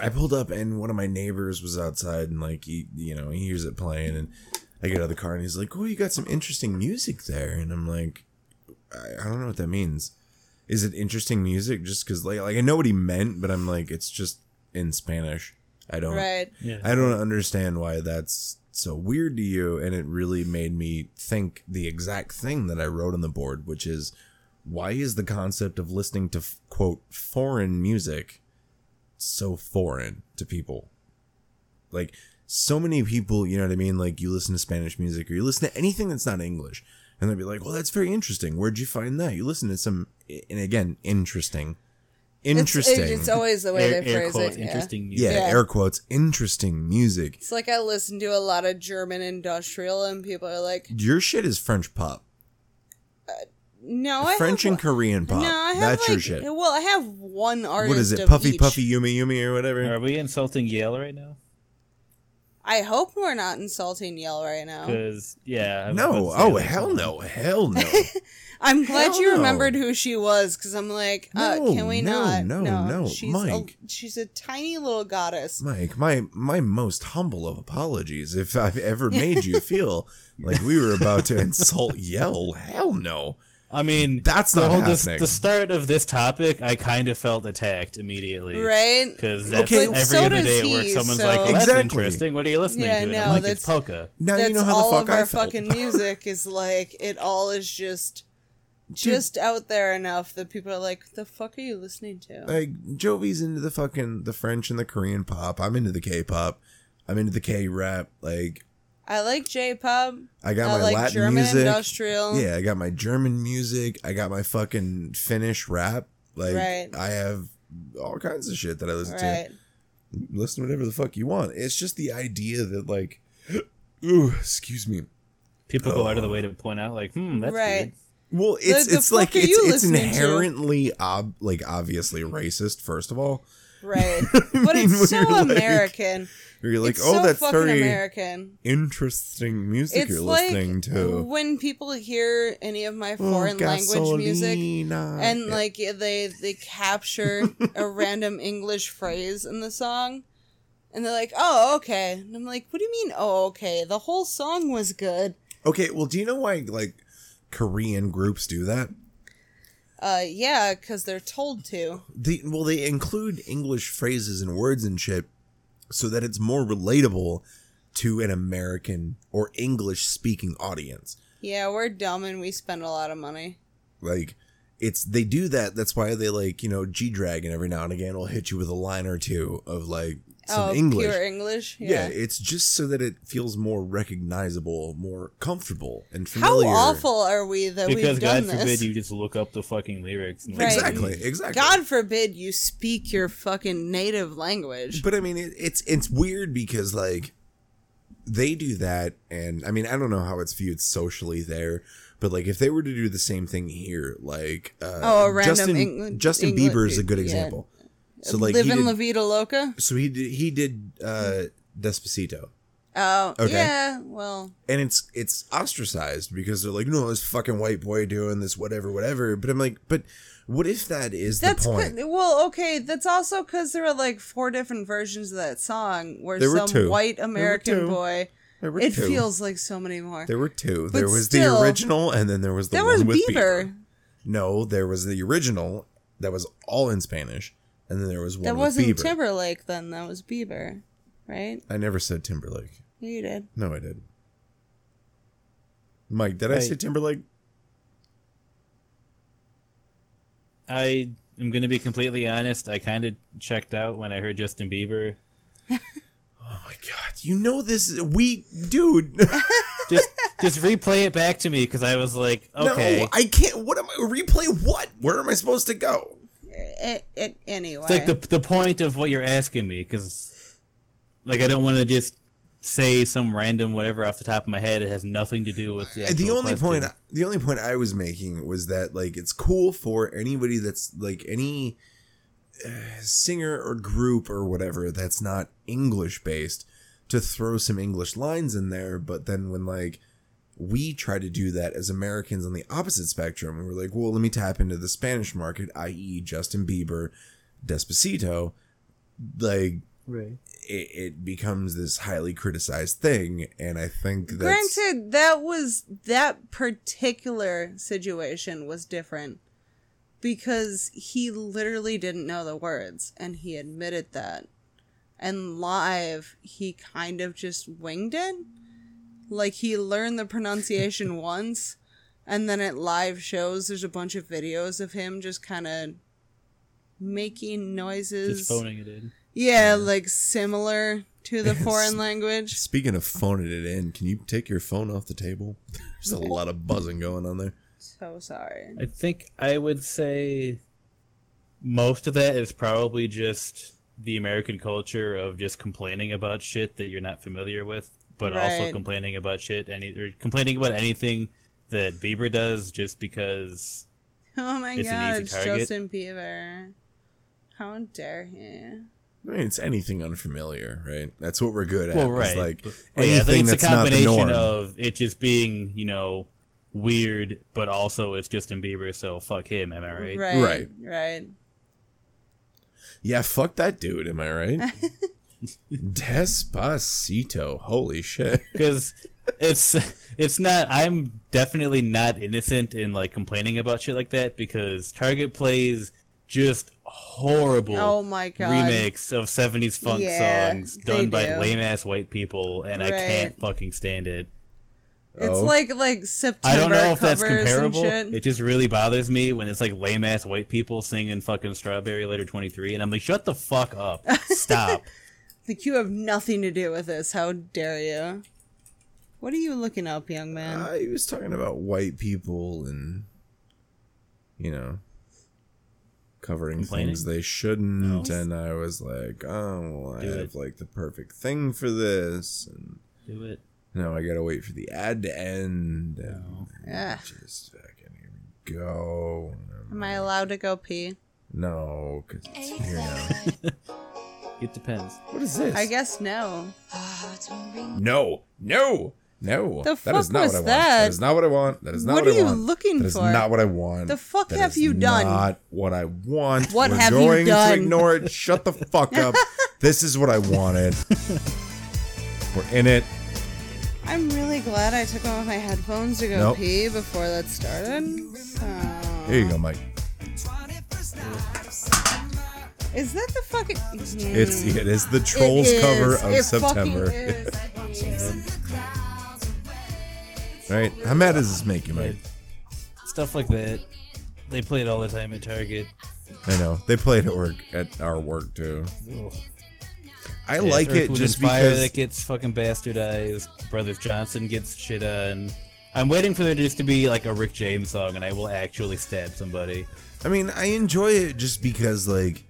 S1: I pulled up, and one of my neighbors was outside, and like he, you know, he hears it playing, and I get out of the car, and he's like, "Oh, you got some interesting music there," and I'm like, "I, I don't know what that means." Is it interesting music? Just because, like, like I know what he meant, but I'm like, it's just in Spanish. I don't,
S3: Right.
S5: Yeah.
S1: I don't understand why that's so weird to you. And it really made me think the exact thing that I wrote on the board, which is, why is the concept of listening to quote foreign music so foreign to people? Like so many people, you know what I mean? Like you listen to Spanish music or you listen to anything that's not English, and they'll be like, "Well, that's very interesting. Where'd you find that? You listen to some, and again, interesting, interesting.
S3: It's, it's always the way
S2: Air-
S3: they
S2: air
S3: phrase
S2: quotes,
S3: it. Yeah.
S2: interesting music.
S1: yeah, air quotes, interesting music.
S3: It's like I listen to a lot of German industrial, and people are like,
S1: Your shit is French pop,
S3: "No, I
S1: French
S3: have,
S1: and Korean pop.
S3: No, I have
S1: that's
S3: like,
S1: your shit.
S3: Well, I have one artist.
S1: What is it?
S3: of
S1: Puffy
S3: each.
S1: Puffy Yumi Yumi or whatever.
S2: Are we insulting Yale right now?
S3: I hope we're not insulting Yale right now.
S2: Because yeah. I was
S1: No,
S2: about to say
S1: oh
S2: that.
S1: hell no, hell no.
S3: I'm glad
S1: Hell
S3: you
S1: no.
S3: remembered who she was, because I'm like, uh,
S1: No,
S3: can we
S1: no,
S3: not?
S1: no, no,
S3: She's
S1: Mike.
S3: a she's a tiny little goddess.
S1: Mike, my my most humble of apologies if I've ever made you feel like we were about to insult Yell. Hell no.
S2: I mean,
S1: That's
S2: the
S1: not
S2: whole the,
S1: happening.
S2: the start of this topic. I kind of felt attacked immediately,
S3: Right?
S2: Because that's
S1: Okay.
S2: every
S1: But
S3: so
S2: other
S3: does
S2: day at work,
S3: he,
S2: someone's
S3: so-
S2: like, well, that's
S1: Exactly.
S2: interesting. What are you listening
S3: Yeah,
S2: to?" And
S3: no,
S2: I'm like,
S3: that's-
S2: "It's polka."
S1: Now
S3: That's
S1: you know how
S3: all
S1: the fuck
S3: of
S1: I
S3: our
S1: felt.
S3: fucking music is like. It all is just, just out there enough that people are like, "The fuck are you listening to?"
S1: Like Jovi's into the fucking the French and the Korean pop. I'm into the K-pop. I'm into the K-rap. Like
S3: I like J-pop.
S1: I got
S3: I
S1: my
S3: Uh, like
S1: Latin
S3: German
S1: music.
S3: industrial.
S1: Yeah, I got my German music. I got my fucking Finnish rap. Like
S3: Right.
S1: I have all kinds of shit that I listen to.
S3: Right.
S1: listen to whatever the fuck you want. It's just the idea that like, ooh, excuse me.
S2: People go out of the
S1: Oh.
S2: way to point out, like, "Hmm, that's
S3: right.
S2: weird."
S1: Well, it's
S3: the
S1: it's
S3: fuck
S1: like
S3: are
S1: it's,
S3: you
S1: it's
S3: listening to?
S1: inherently ob- like obviously racist. First of all,
S3: Right. But
S1: mean,
S3: it's so
S1: we're like-
S3: American.
S1: You're like,
S3: It's
S1: oh,
S3: so
S1: that's
S3: fucking
S1: very
S3: American.
S1: interesting music
S3: it's
S1: you're
S3: like
S1: listening to.
S3: when people hear any of my
S1: Oh,
S3: foreign language music
S1: gasolina.
S3: and
S1: Oh, Yeah.
S3: like they they capture a random english phrase in the song and they're like oh okay and i'm like what do you mean oh okay the whole song was good
S1: Okay, well, do you know why like Korean groups do that?
S3: uh yeah because they're told to
S1: They well, they include English phrases and words and shit so that it's more relatable to an American or English speaking audience.
S3: yeah we're dumb and we spend a lot of money
S1: Like it's they do that. That's why they like you know G Dragon every now and again will hit you with a line or two of like some
S3: oh
S1: English.
S3: pure english
S1: yeah.
S3: yeah,
S1: it's just so that it feels more recognizable, more comfortable, and
S3: how
S1: familiar.
S3: awful are we that
S2: because
S3: we've done
S2: God forbid
S3: this
S2: you just look up the fucking lyrics. and-
S3: Right.
S1: Exactly, exactly.
S3: God forbid you speak your fucking native language.
S1: But I mean, it, it's it's weird because like they do that, and I mean, I don't know how it's viewed socially there, but like if they were to do the same thing here, like uh,
S3: Oh, a random
S1: Justin
S3: Engl-
S1: Justin
S3: Engli-
S1: Bieber is a good
S3: yeah.
S1: example. So like
S3: Live
S1: he
S3: in
S1: did,
S3: La Vida Loca?
S1: so he did, he did uh, Despacito,
S3: Oh,
S1: Okay.
S3: yeah. Well,
S1: and it's it's ostracized because they're like, no, this fucking white boy doing this whatever whatever. But I'm like, but what if that is
S3: that's
S1: the point?
S3: good. Well, okay. That's also because there were like four different versions of that song where
S1: There were
S3: some
S1: two.
S3: white
S1: There were
S3: American
S1: two.
S3: boy.
S1: There were
S3: It
S1: two.
S3: feels like so many more.
S1: There were two.
S3: But
S1: there was
S3: still-
S1: the original, and then there was the
S3: That
S1: one
S3: was
S1: with
S3: Bieber.
S1: No, there was the original that was all in Spanish, and then there was one
S3: That
S1: with
S3: wasn't
S1: Bieber.
S3: Timberlake then. That was Bieber, right?
S1: I never said Timberlake.
S3: You did.
S1: No, I did. Mike, did I
S2: Wait.
S1: say Timberlake?
S2: I am going to be completely honest. I kind of checked out when I heard Justin Bieber.
S1: Oh, God, you know this. is- We, dude.
S2: Just just replay it back to me because I was like, okay.
S1: No, I can't. What am I? Replay what? Where am I supposed to go?
S3: It, it, Eh, anyway.
S2: It's like the the point of what you're asking me because, like, I don't want to just say some random whatever off the top of my head. It has nothing to do with the.
S1: the
S2: actual
S1: only
S2: question.
S1: point the only point i was making was that like it's cool for anybody that's like any uh, singer or group or whatever that's not english based to throw some english lines in there but then when like we try to do that as americans on the opposite spectrum we're like well let me tap into the spanish market i.e justin bieber despacito like
S5: Right.
S1: it, it becomes this highly criticized thing and i think that's
S3: Granted, that was that particular situation was different because he literally didn't know the words and he admitted that. And live, he kind of just winged it. Like he learned the pronunciation once, and then at live shows, there's a bunch of videos of him just kind of making noises.
S2: Just phoning it in.
S3: Yeah, like similar to the foreign language.
S1: Speaking of phoning it in, can you take your phone off the table? There's a lot of buzzing going on there.
S3: So sorry.
S2: I think I would say most of that is probably just the American culture of just complaining about shit that you're not familiar with, but also
S10: Right.
S2: complaining about shit any or complaining about anything that Bieber does just because
S3: Oh my
S2: It's an
S3: god,
S2: easy
S3: it's
S2: target.
S3: Justin Bieber. How dare he?
S1: I mean, it's anything unfamiliar, right? That's what we're good at.
S2: Well,
S1: is,
S2: right.
S1: Like
S2: Well, yeah, I
S1: anything
S2: think it's
S1: that's
S2: a
S1: not the
S2: combination
S1: norm.
S2: of it just being, you know, weird, but also it's Justin Bieber, so fuck him, am I right?
S3: Right. Right.
S1: Right.
S3: Right.
S1: yeah, fuck that dude. Am I right? Despacito. Holy shit.
S2: because it's it's not i'm definitely not innocent in like complaining about shit like that because target plays just horrible
S3: Oh my God.
S2: remakes of 70s funk
S3: Yeah,
S2: songs
S3: they
S2: done by
S3: do.
S2: lame ass white people and i
S3: Right.
S2: can't fucking stand it
S3: It's like like September
S2: I don't know if
S3: covers
S2: that's comparable.
S3: and shit.
S2: It just really bothers me when it's like lame ass white people singing fucking Strawberry Letter 23, and I'm like, shut the fuck up. Stop.
S3: Like you have nothing to do with this. How dare you? What are you looking up, young man?
S1: Uh, he was talking about white people and you know covering
S2: Complaining?
S1: things they shouldn't, and I was like, oh, well, I
S2: Do
S1: have like the perfect thing for this, and
S2: Do it.
S1: now I gotta wait for the ad to end. And
S3: Ugh.
S1: Just fucking here we go.
S3: Am I allowed to go pee?
S1: No, because it's here now.
S2: It depends.
S1: What is this?
S3: I guess no.
S1: No, no, no.
S3: The
S1: that is
S3: fuck
S1: not what I
S3: was
S1: want.
S3: that?
S1: That is not what I want. That is not
S3: What
S1: what,
S3: are
S1: I
S3: you
S1: want.
S3: looking
S1: That is
S3: for?
S1: not what I want.
S3: The fuck
S1: That
S3: have
S1: is
S3: you done?
S1: Not what I want.
S3: What
S1: We're
S3: have you
S1: going
S3: done?
S1: to ignore it. Shut the fuck up. this is what I wanted. We're in it.
S3: I'm really glad I took off my headphones to go
S1: Nope.
S3: pee before that started. So-
S1: Here you go, Mike.
S3: Is that the fucking?
S1: It's
S3: Mm.
S1: it is the trolls
S3: It
S1: cover
S3: is.
S1: of
S3: It
S1: September.
S3: fucking is.
S1: right? How mad does this make you, Mike?
S2: Stuff like that. They play it all the time at Target.
S1: I know they play it at work at our work too. I
S2: Yeah,
S1: like
S2: Earth,
S1: it
S2: Wind,
S1: just
S2: and Fire
S1: because
S2: that gets fucking bastardized. Brothers Johnson gets shit on. I'm waiting for there just to be like a Rick James song, and I will actually stab somebody.
S1: I mean I enjoy it just because like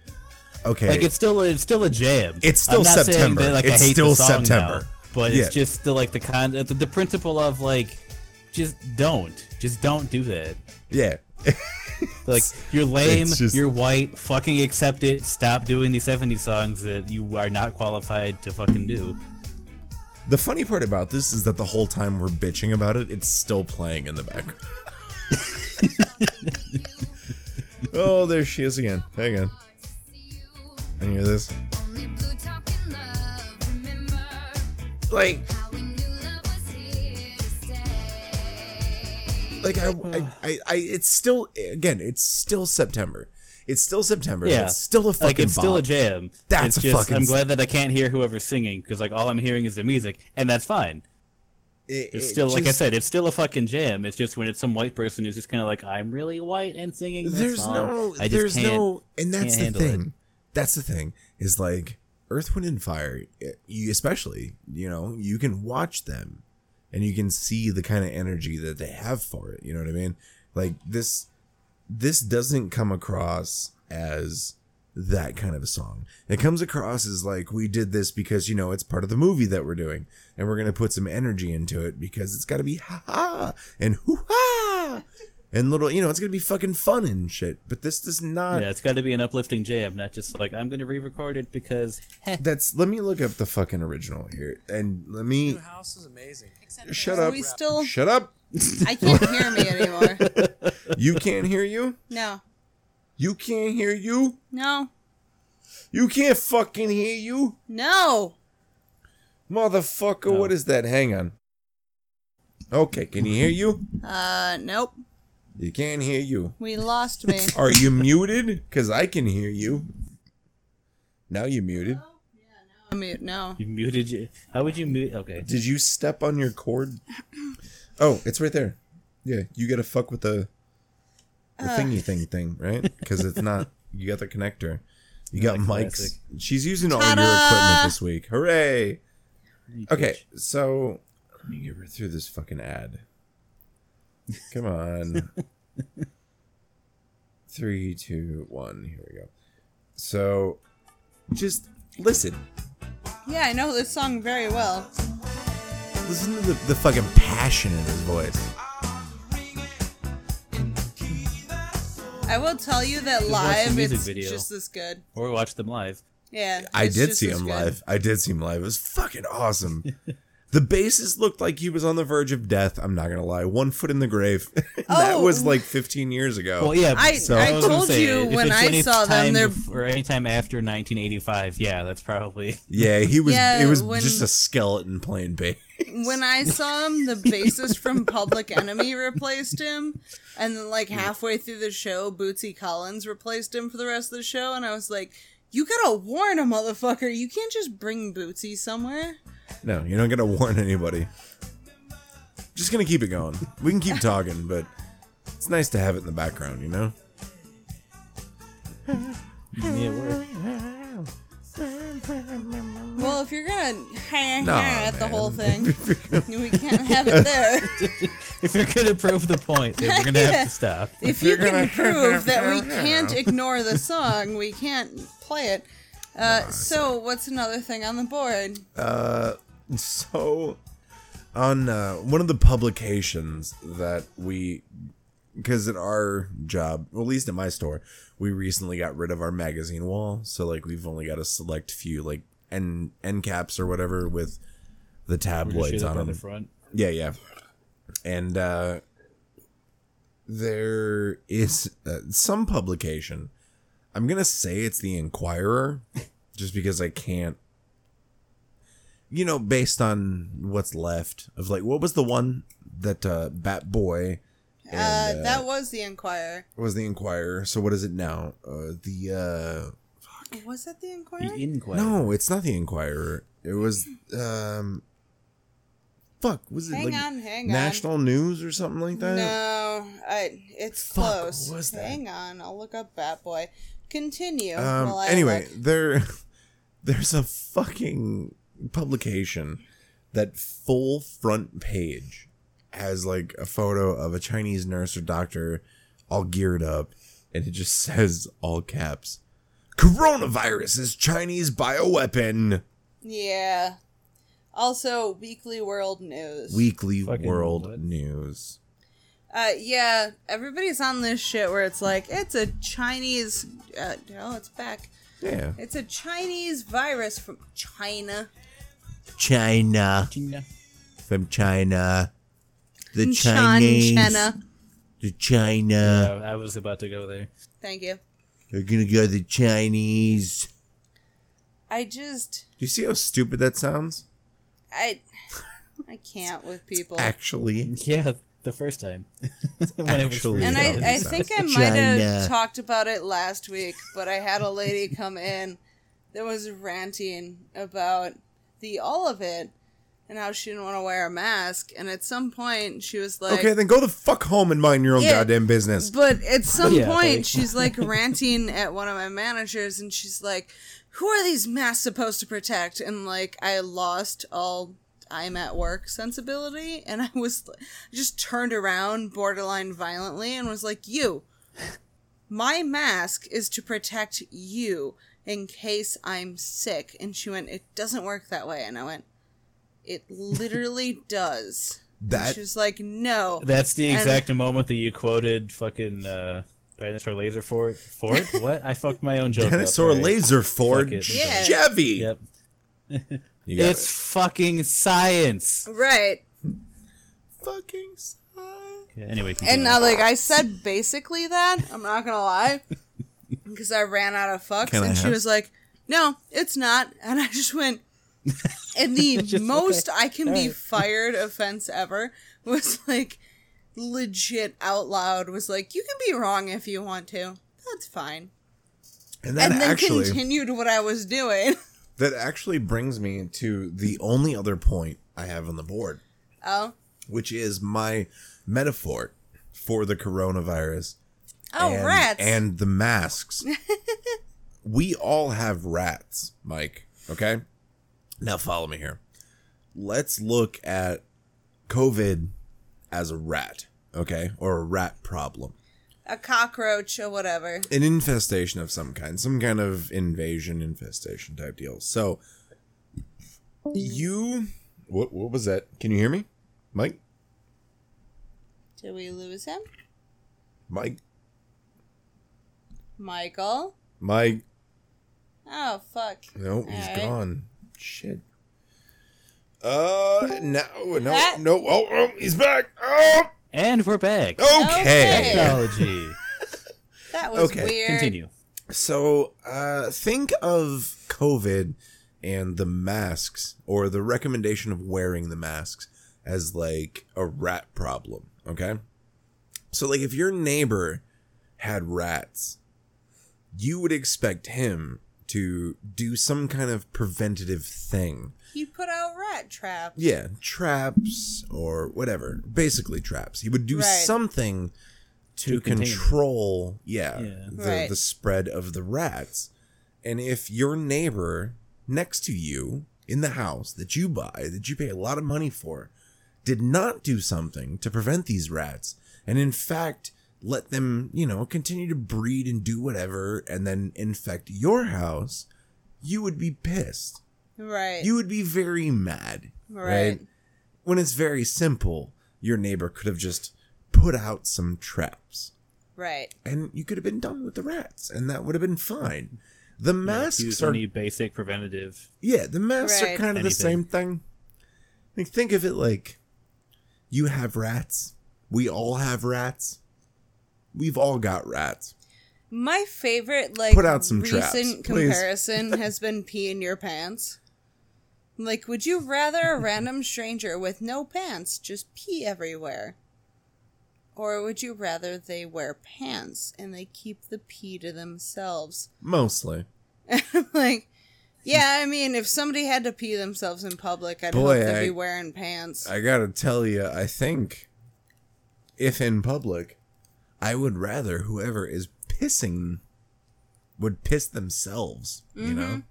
S1: okay
S2: Like it's still it's still a jam.
S1: It's still
S2: I'm not saying
S1: September.
S2: that, like, I
S1: It's
S2: hate
S1: still
S2: the song
S1: September.
S2: now, but
S1: Yeah.
S2: it's just still like the con the, the principle of like just don't just don't do that.
S1: Yeah.
S2: like you're lame,
S1: It's just-
S2: you're white. Fucking accept it. Stop doing these '70s songs that you are not qualified to fucking do.
S1: the funny part about this is that the whole time we're bitching about it, it's still playing in the background. oh, there she is again. Hang on. I hear this. Like like I, I, I, I it's still again it's still september it's still september
S2: Yeah,
S1: it's still a fucking
S2: like it's still a
S1: bop.
S2: jam.
S1: that's
S2: It's
S1: a
S2: just,
S1: fucking
S2: I'm glad that I can't hear whoever's singing because like all I'm hearing is the music, and that's fine.
S1: It-
S2: It's
S1: it
S2: still like I
S1: just-
S2: said, it's still a fucking jam. It's just when it's some white person who's just kind of like, I'm really white and singing. This
S1: there's
S2: song.
S1: no
S2: I just
S1: there's
S2: can't-
S1: no and that's
S2: can't
S1: the
S2: handle it."
S1: thing that's the thing is like earth wind and fire it- you especially you know you can watch them and you can see the kind of energy that they have for it you know what i mean like this this doesn't come across as that kind of a song it comes across as like we did this because you know it's part of the movie that we're doing and we're going to put some energy into it because it's got to be ha ha and hoo ha and little you know it's going to be fucking fun and shit but this does
S3: uh,
S1: not
S2: Yeah, it's got to be an uplifting jam, not just like I'm going to re-record it because
S1: That's let me look up the fucking original here and let me
S12: house is amazing.
S1: shut
S3: Are
S1: up.
S3: we still-
S1: shut up.
S3: I can't hear me anymore.
S1: You can't hear you?
S3: No,
S1: You can't hear you?
S3: no,
S1: You can't fucking hear you?
S3: no.
S1: Motherfucker, what is that? Hang on. Okay, can you hear you?
S3: Uh, nope.
S1: You can't hear you.
S3: We lost me.
S1: Are you muted? Cuz I can hear you. Now you muted.
S3: I'm mute. No.
S2: you muted you. How would you mute? Okay.
S1: Did you step on your cord? Oh, it's right there. Yeah, you gotta fuck with the, the
S3: Ugh.
S1: thingy thing thing, right? Because it's not. You got the connector. You got Mike's.
S2: classic.
S1: She's using all your
S3: Ta-da!
S1: equipment this week. Hooray! Okay, so let me get her through this fucking ad. Come on. Three, two, one. Here we go. So, just listen.
S3: Yeah, I know this song very well.
S1: Listen to the, the fucking passion in his voice.
S3: I will tell you that
S2: Just watch the
S3: live,
S2: music
S3: it's
S2: video.
S3: just as good.
S2: Or watch them live.
S3: Yeah.
S1: I
S3: it's
S1: did
S3: just
S1: see
S3: as
S1: him
S3: good.
S1: live. I did see him live. It was fucking awesome. the bassist looked like he was on the verge of death. I'm not gonna lie. One foot in the grave. that
S3: Oh.
S1: was like 15 years ago.
S2: Well, yeah.
S3: I-
S1: So-
S3: I
S2: was gonna
S3: told you
S2: if
S3: when
S2: it's
S3: I
S2: any
S3: saw them,
S2: time
S3: they're-
S2: bef- or anytime after 1985. Yeah, that's probably.
S1: Yeah, he was.
S3: Yeah,
S1: it was
S3: when-
S1: just a skeleton playing bass.
S3: When I saw him, the bassist from Public Enemy replaced him, and then like halfway through the show, Bootsy Collins replaced him for the rest of the show, and I was like, "You gotta warn a motherfucker. You can't just bring Bootsy somewhere."
S1: No, you're not gonna warn anybody. Just gonna keep it going. We can keep talking, but it's nice to have it in the background, you know.
S2: Yeah, we're-
S3: Well, if you're gonna hang
S1: Nah,
S3: at the whole
S1: man.
S3: thing, we can't have it there.
S2: if you're gonna prove the point, then we're gonna have
S3: Yeah.
S2: to stop.
S3: If you can prove that we can't ignore the song, we can't play it. Uh, so, what's another thing on the board?
S1: Uh, so on uh, one of the publications that we because at our job, well, at least at my store, we recently got rid of our magazine wall. So like we've only got a select few like end end caps or whatever with the tab
S2: We're gonna
S1: lights
S2: shoot up
S1: on
S2: on
S1: them.
S2: the front.
S1: Yeah, yeah. And uh, there is uh, some publication. I'm gonna say it's the Inquirer, just because I can't. You know, based on what's left of like, what was the one that uh, Bat Boy? and,
S3: uh, that was the Enquirer.
S1: was the Inquirer. So what is it now? Uh, the
S3: Was that the Enquirer?
S1: uh, No, it's not the Inquirer. It was um, fuck. Was it
S3: Hang
S1: like
S3: on, hang on.
S1: National News or something like that?
S3: No, I, it's
S1: Uh, Fuck, what
S3: close.
S1: was that?
S3: Hang on, I'll look up Bat Boy. Continue.
S1: Um,
S3: while I
S1: anyway,
S3: look.
S1: there, there's a fucking publication that full front page has like a photo of a Chinese nurse or doctor all geared up, and it just says all caps, "Coronavirus is Chinese bioweapon."
S3: yeah. Also, Weekly World News.
S1: Weekly World News.
S3: Uh, yeah, everybody's on this shit where it's like it's a Chinese. Uh, no, it's back.
S1: Yeah.
S3: It's a Chinese virus from China.
S1: China. From China. The
S3: Chan-
S1: Chinese.
S3: China.
S1: The China.
S2: I was about to go there.
S3: Thank you.
S1: They're gonna go the Chinese.
S3: I just,
S1: Do you see how stupid that sounds?
S3: I, I can't with people.
S1: Actually.
S2: Yeah, the first time. when it was
S1: Actually.
S2: first
S3: And
S2: out.
S3: I, I think I might have talked about it last week, but I had a lady come in that was ranting about the all of it and how she didn't want to wear a mask. And at some point, she was like,
S1: okay, then go the fuck home and mind your own
S3: Yeah,
S1: goddamn business.
S3: But at some
S1: Yeah,
S3: point,
S1: like-
S3: she's like ranting at one of my managers, and she's like, "Who are these masks supposed to protect?" And like, I lost all I'm at work sensibility, and I was I just turned around, borderline violently, and was like, "You, my mask is to protect you in case I'm sick." And she went, "It doesn't work that way," and I went. It literally does. And
S2: That-
S3: she was like, no.
S2: That's the
S3: And-
S2: exact moment that you quoted fucking uh, dinosaur laser for Ford. what? I fucked my own joke.
S1: Dinosaur
S2: up, right?
S1: laser Ford
S2: Fuck it.
S3: Yeah.
S1: Chevy.
S2: Yep.
S1: You got
S2: it's fucking science.
S3: Right.
S1: Fucking
S2: Yeah, anyway,
S3: And uh,
S2: continue.
S3: now, like I said, basically that I'm not gonna lie, because I ran out of fucks,
S2: Can I
S3: and she
S2: have-
S3: was like, "No, it's not," and I just went. And the most I can be
S6: Alright.
S3: fired offense ever was like legit out loud was like, "You can be wrong if you want to. That's fine."
S1: And then,
S3: and then
S1: actually,
S3: continued what I was doing.
S1: that actually brings me to the only other point I have on the board.
S3: Oh,
S1: which is my metaphor for the coronavirus.
S3: Oh,
S1: and,
S3: rats.
S1: And the masks. we all have rats, Mike. Okay? Now follow me here. Let's look at COVID as a rat, okay? Or a rat problem.
S3: a cockroach or whatever.
S1: An infestation of some kind, some kind of invasion, infestation type deal. So, you. What, what was that? Can you hear me? Mike?
S3: Did we lose him,
S1: Mike?
S3: Michael?
S1: Mike?
S3: Oh fuck!
S1: No, he's
S3: All right.
S1: gone. Shit. Uh, no, no,
S3: Ah.
S1: no. Oh, oh, he's back. Oh,
S2: and we're back.
S1: Okay.
S2: Technology.
S3: That was
S1: Okay,
S3: weird.
S1: continue. So, uh, think of COVID and the masks or the recommendation of wearing the masks as like a rat problem. Okay. So, like, if your neighbor had rats, you would expect him to do some kind of preventative thing.
S3: He put out rat traps.
S1: Yeah, traps or whatever. Basically, traps. He would do
S3: Right.
S1: something to,
S2: To contain it.
S1: control, yeah, the,
S3: Right.
S1: the spread of the rats. And if your neighbor next to you in the house that you buy, that you pay a lot of money for, did not do something to prevent these rats, and in fact, let them, you know, continue to breed and do whatever, and then infect your house, you would be pissed
S3: Right.
S1: you would be very mad, right.
S3: Right.
S1: When it's very simple, your neighbor could have just put put out some traps.
S3: Right.
S1: And you could have been done with the rats, and that would have been fine. The masks
S2: Use
S1: are
S2: any basic preventative.
S1: Yeah, the masks are
S2: Right.
S1: kind of the
S2: Anything.
S1: same thing. Like, think of it like you have rats. We all have rats. We've all got rats.
S3: My favorite, like,
S1: Put out some traps,
S3: recent
S1: please.
S3: comparison has been pee in your pants. Like, would you rather a random stranger with no pants just pee everywhere? Or would you rather they wear pants and they keep the pee to themselves?
S1: Mostly.
S3: like, yeah, I mean, if somebody had to pee themselves in public, I'd
S1: Boy,
S3: hope they'd
S1: I-
S3: be wearing pants.
S1: I gotta tell you, I think if in public, I would rather whoever is pissing would piss themselves, you
S3: Mm-hmm.
S1: know?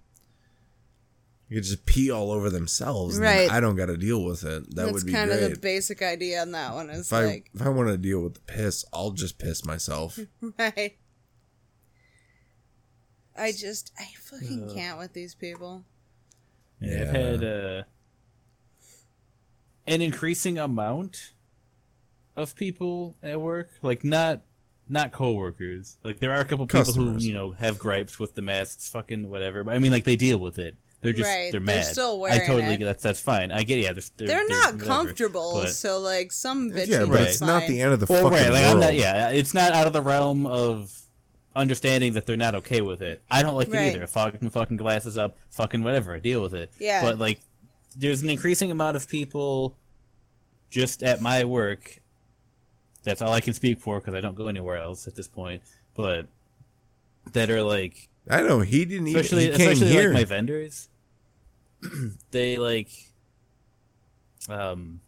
S1: You could just pee all over themselves, and then
S3: Right.
S1: I don't gotta deal with it. That
S3: That's
S1: would be
S3: kind
S1: great.
S3: of the basic idea on that one. Is
S1: if I
S3: like,
S1: if I want to deal with the piss, I'll just piss myself.
S3: right. I just, I fucking
S2: Ugh.
S3: can't with these people.
S2: Yeah. I've had uh, an increasing amount of people at work, like not not coworkers. Like there are a couple people
S1: Customers.
S2: who you know have gripes with the masks, fucking whatever. But I mean, like they deal with it. They're just
S3: Right,
S2: they're
S3: they're
S2: mad.
S3: still
S2: I
S3: wearing
S2: totally
S3: it.
S2: get that's that's fine. I get yeah. They're they're,
S3: They're,
S2: they're-
S3: not
S2: whatever,
S3: comfortable,
S2: but-
S3: so like some bitches.
S1: Yeah, but
S2: Right.
S1: it's not the end of the
S2: Well,
S1: fucking
S2: right, like, I'm
S1: world.
S2: not, yeah, it's not out of the realm of understanding that they're not okay with it. I don't like
S3: Right.
S2: it either. Fucking fucking glasses up, fucking whatever. I deal with it.
S3: Yeah.
S2: But like, there's an increasing amount of people just at my work. That's all I can speak for because I don't go anywhere else at this point. But that are like,
S1: I know he didn't even
S2: especially
S1: he came
S2: especially
S1: here.
S2: like my vendors. they like, um,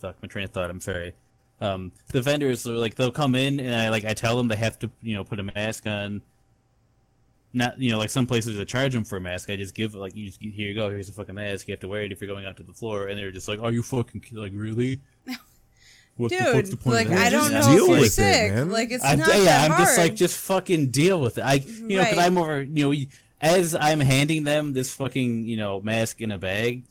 S2: fuck my train of thought. I'm sorry. Um, the vendors are like they'll come in and I like I tell them they have to you know put a mask on. Not you know like some places they charge them for a mask. I just give like you just, here you go here's a fucking mask you have to wear it if you're going out to the floor and they're just like are you fucking ki- like really. What
S3: Dude,
S2: fuck's of
S3: like,
S2: that?
S3: I don't
S2: Yeah.
S3: know if Deal you're with it, sick. man. Like, it's
S2: I'm,
S3: not
S2: yeah,
S3: that
S2: I'm just like
S3: hard.
S2: just fucking deal with it. I, you know, because
S3: Right.
S2: I'm over, you know, as I'm handing them this fucking, you know, mask in a bag.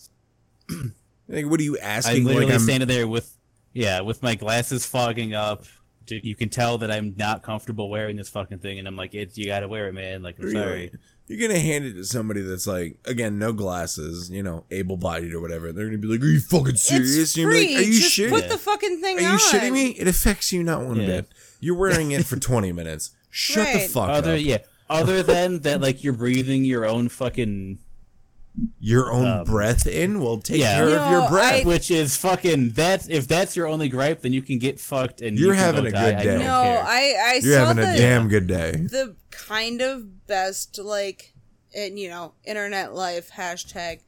S1: like, what are you asking?
S2: I'm
S1: Like,
S2: literally
S1: I'm-
S2: standing there with, yeah, with my glasses fogging up. Ju- You can tell that I'm not comfortable wearing this fucking thing, and I'm like, it, you gotta wear it, man. Like, I'm
S1: You're-
S2: sorry.
S1: You're gonna hand it to somebody that's like, again, no glasses, you know, able-bodied or whatever. They're gonna be like, "Are you fucking serious?"
S3: It's
S1: And you're
S3: free.
S1: like, "Are you
S3: just
S1: shitting?
S3: put the fucking thing
S1: Are you
S3: on.
S1: shitting me? It affects you not one
S2: Yeah.
S1: bit. You're wearing it for 20 minutes. Shut the
S3: Right.
S1: fuck
S2: Other,
S1: up.
S2: yeah, other than that, like you're breathing your own fucking
S1: Your own breath in will take
S2: Um, yeah.
S1: care of your
S3: No,
S1: breath.
S3: I-
S2: which is fucking that's if that's your only gripe then you can get fucked and you
S1: You're
S2: can go
S1: having a
S2: die.
S1: good
S2: I
S1: day.
S2: don't
S3: No,
S2: care.
S3: I I
S1: You're
S3: saw
S1: having
S3: the,
S1: a damn good day.
S3: the kind of best like and you know internet life hashtag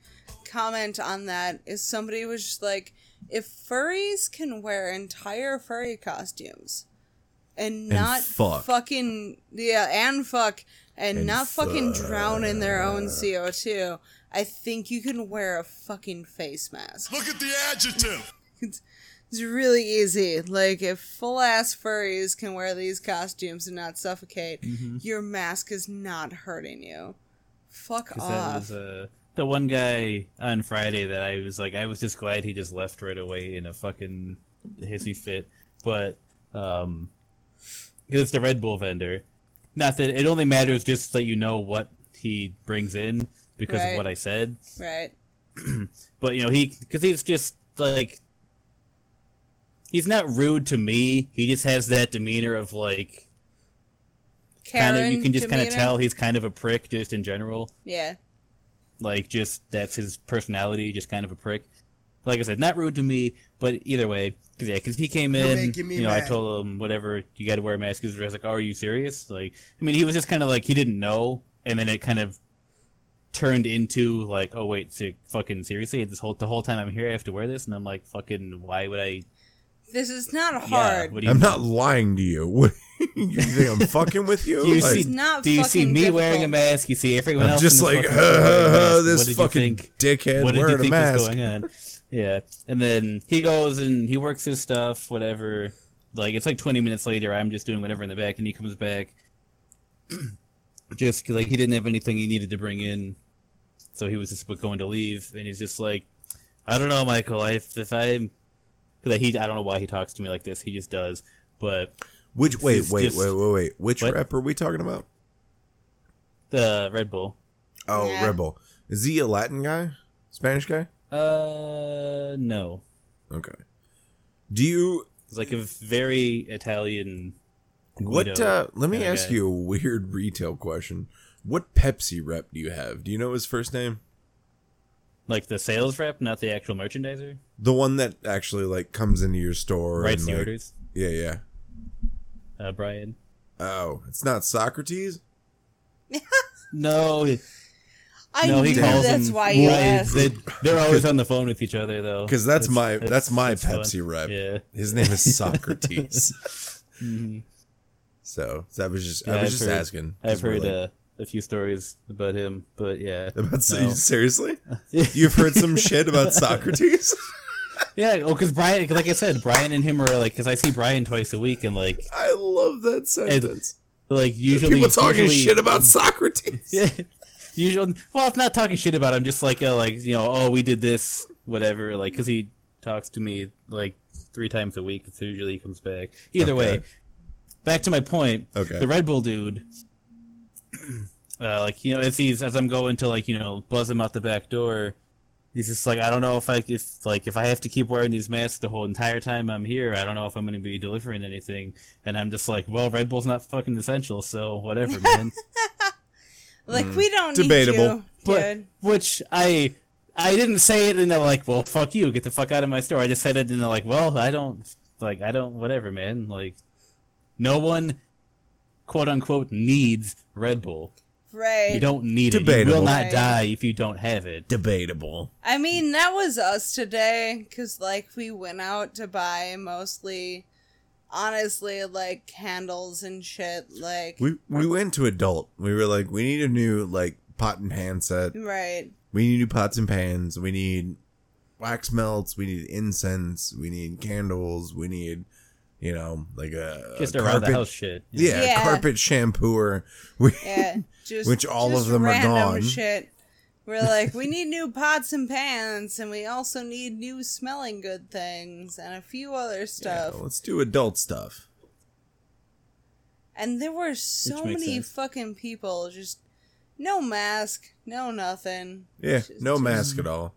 S3: comment on that is somebody was just like if furries can wear entire furry costumes and not
S1: fuck.
S3: fucking yeah and fuck and,
S1: And
S3: not fucking drown in their own CO2 I think you can wear a fucking face mask
S4: Look at the adjective.
S3: it's really easy. Like if full ass furries can wear these costumes and not suffocate,
S2: Mhm.
S3: your mask is not hurting you. Fuck
S2: 'Cause that
S3: off.
S2: was uh, the one guy on Friday that I was like, I was just glad he just left right away in a fucking hissy fit. But um, 'cause it's the Red Bull vendor. Not that it only matters just that you know what he brings in because
S3: Right.
S2: of what I said.
S3: right.
S2: but you know he because he's just like he's not rude to me he just has that demeanor of like kind of you
S3: Karen
S2: can just kind of
S3: demeanor?
S2: tell he's kind of a prick just in general
S3: Yeah.
S2: like just that's his personality just kind of a prick like i said not rude to me but either way because he came
S12: You're
S2: in
S12: making me
S2: you know i
S12: mad.
S2: told him whatever you got to wear a mask 'cause i was like oh, are you serious like i mean he was just kind of like he didn't know and then it kind of turned into like oh wait so fucking seriously this whole the whole time i'm here i have to wear this and i'm like fucking why would i
S3: This is not
S2: yeah,
S3: hard.
S2: what do you
S1: I'm not lying to you. What, you think I'm fucking with you?
S2: do you
S1: Like,
S2: see,
S3: not
S2: do you see
S3: fucking
S2: me wearing a mask you see everyone
S1: I'm
S2: else
S1: just
S2: in
S1: like,
S2: this fucking
S1: "Huh, huh, huh,
S2: store wearing masks.
S1: this
S2: What did you
S1: fucking
S2: think?
S1: dickhead
S2: what did you
S1: wearing a
S2: think
S1: mask.
S2: was going on yeah and then he goes and he works his stuff whatever like it's like 20 minutes later i'm just doing whatever in the back and he comes back just 'cause, like he didn't have anything he needed to bring in so he was just going to leave and he's just like i don't know michael if, if i'm Because he, I don't know why he talks to me like this. He just does. But
S1: Which wait,
S2: he's
S1: wait,
S2: just
S1: wait, wait, wait. Which
S2: What?
S1: rep are we talking about?
S2: the uh, Red Bull.
S1: Oh,
S2: Yeah.
S1: Red Bull. Is he a Latin guy? Spanish guy?
S2: Uh, no.
S1: Okay. Do you
S2: It's like a very Italian.
S1: What?
S2: Guido
S1: Uh, let me
S2: kinda
S1: ask
S2: guy.
S1: you a weird retail question. What Pepsi rep do you have? Do you know his first name?
S2: Like the sales rep, not the actual merchandiser.
S1: The one that actually like comes into your store,
S2: Writes
S1: and,
S2: the
S1: like-
S2: orders?
S1: Yeah, yeah.
S2: Uh, Brian.
S1: Oh, it's not Socrates.
S2: No.
S3: I
S2: no, he
S3: knew
S2: calls
S3: that's
S2: him-
S3: why you
S2: Right,
S3: asked.
S2: They, they're always on the phone with each other though.
S1: Because that's, my that's, my
S2: fun.
S1: Pepsi rep.
S2: Yeah. Mm-hmm.
S1: His name is Socrates. So that was just I
S2: Yeah,
S1: was
S2: I've
S1: just
S2: heard-
S1: asking.
S2: I've
S1: 'cause we're
S2: heard
S1: like-
S2: uh, a few stories about him, but yeah.
S1: about
S2: no.
S1: seriously. You've heard some shit about Socrates.
S2: Yeah, well, because Brian, 'cause like I said, Brian and him are like, because I see Brian twice a week, and like,
S1: I love that sentence.
S2: and, like usually
S1: People talking
S2: usually-
S1: shit about Socrates.
S2: Yeah, usually. Well, it's not talking shit about. him, just like, uh, like you know, oh, we did this, whatever. Like, because he talks to me like three times a week. So usually he comes back. Either way,
S1: Okay.
S2: back to my point.
S1: Okay.
S2: The Red Bull dude. Uh, like you know, as he's as I'm going to like you know buzz him out the back door, he's just like, I don't know if I if like if I have to keep wearing these masks the whole entire time I'm here, I don't know if I'm going to be delivering anything. And I'm just like, well, Red Bull's not fucking essential, so whatever, man.
S3: Like we don't
S2: Debatable.
S3: need you.
S2: Mm. But
S3: dude.
S2: which I I didn't say it in a like, well, fuck you, get the fuck out of my store. I just said it in a like, well, I don't like I don't whatever, man. Like no one quote unquote needs Red Bull.
S3: right.
S2: You don't need it. You
S1: Debatable.
S2: will not
S3: Right.
S2: die if you don't have it.
S1: Debatable.
S3: I mean, that was us today because, like, we went out to buy mostly, honestly, like candles and shit. Like,
S1: We we went to adult. We were like, we need a new like pot and pan set.
S3: right.
S1: We need new pots and pans. We need wax melts. We need incense. We need candles. We need, you know, like a
S2: Just
S1: a
S2: around the house shit.
S1: Uh, Yeah, a
S3: Yeah.
S1: carpet shampooer. We,
S3: Yeah. Just,
S1: Which all
S3: just
S1: of them are
S3: random
S1: gone.
S3: Shit. We're like, we need new pots and pans, and we also need new smelling good things and a few other stuff.
S1: let's do adult stuff.
S3: And there were so
S1: makes
S3: many
S1: sense.
S3: fucking people, just no mask, no nothing.
S1: Yeah,
S3: Just-
S1: no
S3: just
S1: mask at all.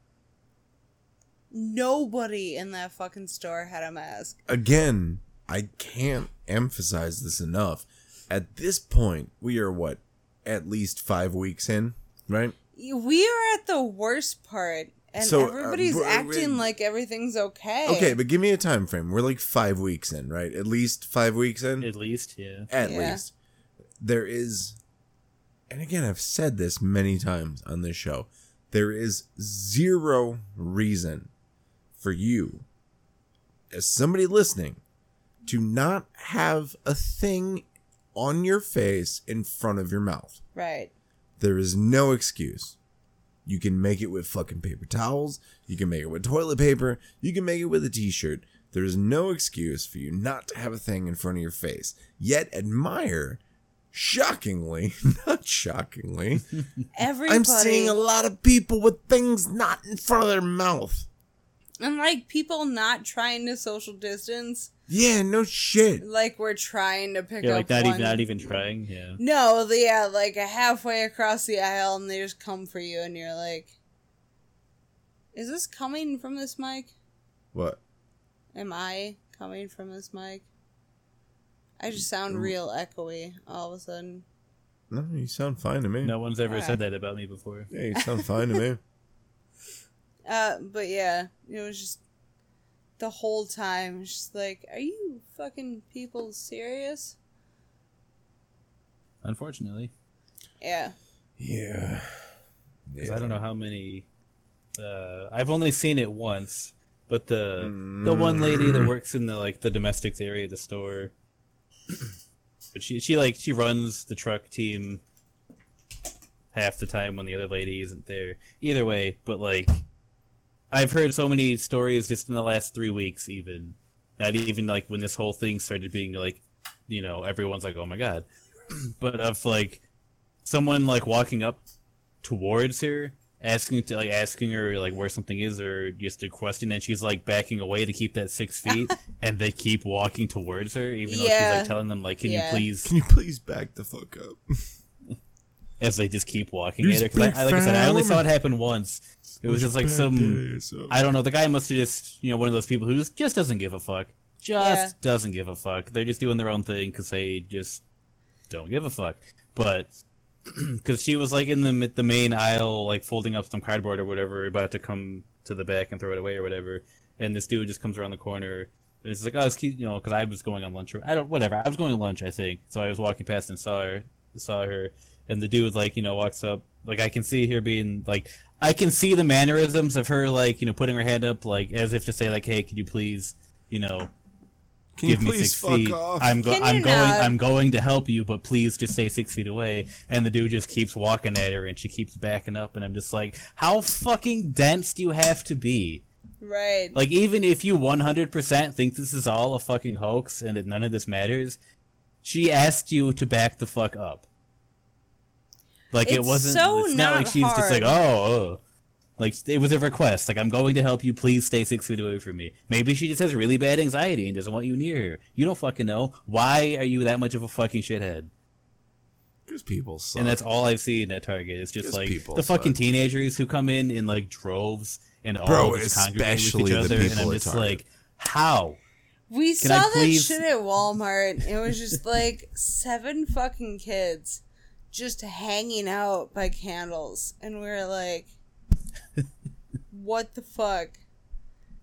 S3: Nobody in that fucking store had a mask.
S1: Again, I can't emphasize this enough. At this point, we are what at least five weeks in, right?
S3: We are at the worst part, and
S1: So, uh,
S3: everybody's
S1: we're-
S3: acting
S1: we're-
S3: like everything's okay.
S1: Okay, but give me a time frame. We're like five weeks in, right? At least five weeks in.
S2: At least, yeah.
S1: At
S3: Yeah.
S1: least there is, and again, I've said this many times on this show. There is zero reason for you, as somebody listening, to not have a thing on your face in front of your mouth.
S3: right?
S1: There is no excuse. You can make it with fucking paper towels. You can make it with toilet paper. You can make it with a t shirt. There is no excuse for you not to have a thing in front of your face. Yet, admire, shockingly, not shockingly,
S3: Everybody.
S1: I'm seeing a lot of people with things not in front of their mouth.
S3: and like people not trying to social distance.
S1: Yeah, no shit.
S3: Like we're trying to pick
S2: Yeah, like
S3: up
S2: not
S3: one.
S2: even not even trying. Yeah.
S3: No, the- yeah, like halfway across the aisle, and they just come for you, and you're like, "Is this coming from this mic?
S1: What?
S3: Am I coming from this mic?" I just sound
S1: Mm.
S3: real echoey all of a sudden.
S1: No, you sound fine to me.
S2: No one's ever
S3: Alright.
S2: said that about me before.
S1: Yeah, you sound fine to me.
S3: Uh, but yeah, it was just the whole time. it was Just like, are you fucking people serious?
S2: Unfortunately.
S3: Yeah,
S1: Yeah.
S2: 'Cause I don't know how many. Uh, I've only seen it once, but the the one lady that works in the like the domestics area of the store, but she she like she runs the truck team half the time when the other lady isn't there. Either way, but like I've heard so many stories just in the last three weeks, even not even like when this whole thing started being like, you know, everyone's like, oh my god, but of like someone like walking up towards her asking to like asking her like where something is or just a question and she's like backing away to keep that six feet and they keep walking towards her even though she's
S3: Yeah.
S2: like telling them like can
S3: Yeah.
S2: you please
S1: Can you please back the fuck up?
S2: as they just keep walking
S1: You
S2: at her. 'Cause
S1: big
S2: I, I- like I said, I
S1: fat
S2: only saw it
S1: woman.
S2: happen once. It was
S1: You
S2: just like
S1: big
S2: some,
S1: ass up.
S2: I don't know. The guy must have just, you know, one of those people who just, just doesn't give a fuck. Just
S3: Yeah.
S2: doesn't give a fuck. They're just doing their own thing because they just don't give a fuck. But because she was like in the mid- the main aisle, like folding up some cardboard or whatever, about to come to the back and throw it away or whatever, and this dude just comes around the corner. And it's like, oh, excuse, you know, because I was going on lunch or I don't, whatever. I was going to lunch, I think. So I was walking past and saw her, saw her, and the dude like, you know, walks up. Like I can see her being like, I can see the mannerisms of her like, you know, putting her hand up like as if to say like, hey, could you please, you know.
S1: Can you
S2: give me
S1: please
S2: six
S1: fuck
S2: feet.
S1: off?
S2: I'm, go-
S1: Can
S2: I'm
S1: you
S2: going.
S1: not?
S2: I'm going to help you, but please just stay six feet away. And the dude just keeps walking at her, and she keeps backing up, and I'm just like, how fucking dense do you have to be?
S3: Right.
S2: Like, even if you 100% think this is all a fucking hoax and that none of this matters, she asked you to back the fuck up. Like it
S3: It's
S2: wasn't.
S3: so
S2: it's
S3: not
S2: not like she's just like, oh, oh. Like it was a request. Like I'm going to help you. Please stay six feet away from me. Maybe she just has really bad anxiety and doesn't want you near her. You don't fucking know. Why are you that much of a fucking shithead?
S1: Because people suck.
S2: And that's all I've seen at Target. It's just
S1: Because
S2: like
S1: people
S2: the fucking
S1: suck.
S2: teenagers who come in in like droves and all
S1: Bro,
S2: just congregate with
S1: especially
S2: each
S1: the
S2: other. And
S1: people
S2: I'm
S1: at
S2: just
S1: Target.
S2: like, how?
S3: We
S2: Can I
S3: saw that
S2: please-
S3: shit at Walmart. It was just like seven fucking kids just hanging out by candles. And we were like, what the fuck?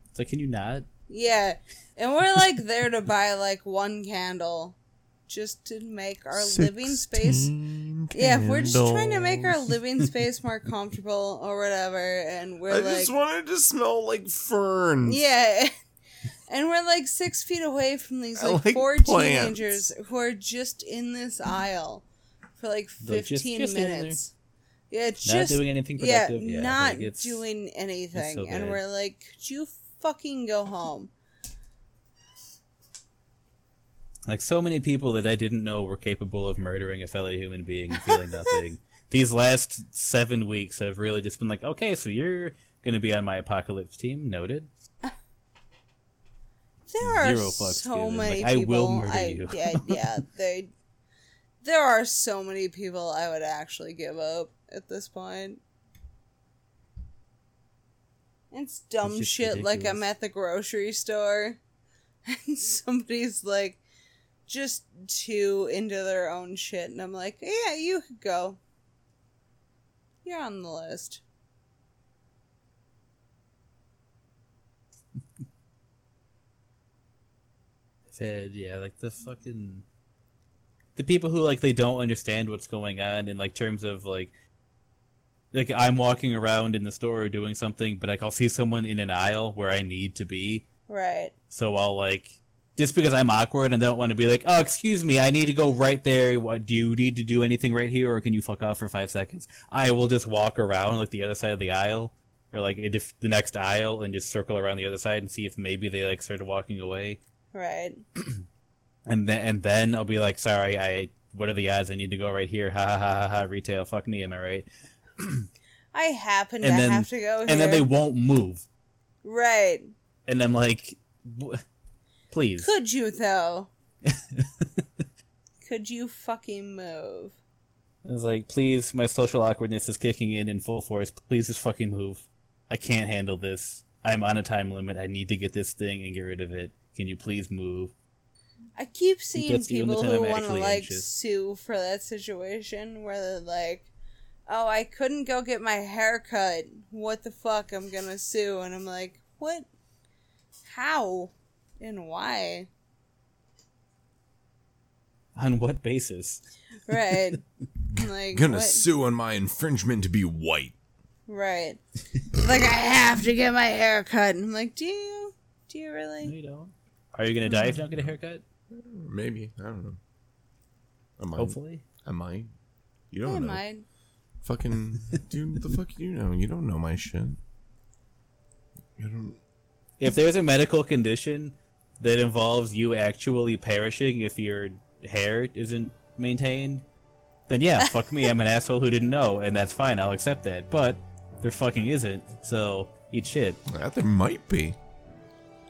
S2: It's like, can you not?
S3: Yeah. And we're like there to buy like one candle just to make our living space. Yeah, we're just trying to make our
S1: candles.
S3: living space more comfortable or whatever. And we're
S1: I
S3: like.
S1: just wanted to smell like ferns.
S3: Yeah. And we're like six feet away from these
S1: I
S3: like,
S1: like
S3: four
S1: plants.
S3: teenagers who are just in this aisle for like
S2: They're just-
S3: fifteen
S2: just in there.
S3: minutes. Yeah, it's
S2: Not
S3: just
S2: doing anything
S3: yeah,
S2: productive. Yeah,
S3: not
S2: like, it's-
S3: doing anything.
S2: so
S3: and
S2: bad.
S3: we're like, could you fucking go home?
S2: Like so many people that I didn't know were capable of murdering a fellow human being and feeling nothing. These last seven weeks have really just been like, okay, so you're gonna be on my apocalypse team, noted.
S3: There are
S2: Zero fucks
S3: so
S2: given.
S3: many
S2: Like, I
S3: people.
S2: will murder
S3: I,
S2: you.
S3: yeah, yeah. They. There are so many people I would actually give up at this point. It's dumb
S2: It's just
S3: shit. Like I'm
S2: ridiculous.
S3: at the grocery store, and somebody's like, just too into their own shit, and I'm like, yeah, you could go. You're on the list.
S2: Said, yeah, like the fucking the people who like they don't understand what's going on in like terms of like like I'm walking around in the store or doing something, but like I'll see someone in an aisle where I need to be,
S3: Right.
S2: So I'll like just because I'm awkward and don't want to be like, oh, excuse me, I need to go right there. What do you need to do anything right here, or can you fuck off for five seconds? I will just walk around like the other side of the aisle, or like if the next aisle, and just circle around the other side and see if maybe they like started walking away,
S3: Right.
S2: and then and then I'll be like, sorry, I what are the odds I need to go right here? Ha ha ha ha ha. Retail, fuck me, am I right?
S3: I happen to
S2: And then
S3: have to go
S2: and
S3: here.
S2: then they won't move,
S3: right.
S2: and I'm like, w- please.
S3: Could you though? Could you fucking move?
S2: I was like, please, my social awkwardness is kicking in in full force. Please just fucking move. I can't handle this. I'm on a time limit. I need to get this thing and get rid of it. Can you please move?
S3: I keep seeing
S2: That's the only
S3: people
S2: time
S3: who
S2: I'm
S3: want to
S2: actually
S3: like
S2: anxious.
S3: sue for that situation where they're like, "Oh, I couldn't go get my hair cut. What the fuck? I'm gonna sue." And I'm like, "What? How? And why?"
S2: On what basis?
S3: Right? I'm like,
S1: gonna
S3: what?
S1: sue on my infringement to be white.
S3: Right? like I have to get my hair cut. And I'm like, "Do you? Do you really?"
S2: you don't. Are you gonna die if you don't get a haircut?
S1: Maybe I don't know. I might.
S2: Hopefully.
S1: I might. You don't
S3: I
S1: know.
S3: might.
S1: Fucking dude, the fuck you know? You don't know my shit. You don't.
S2: If there's a medical condition that involves you actually perishing if your hair isn't maintained, then yeah, fuck me. I'm an asshole who didn't know, and that's fine. I'll accept that. But There fucking isn't. So eat shit.
S1: There might be.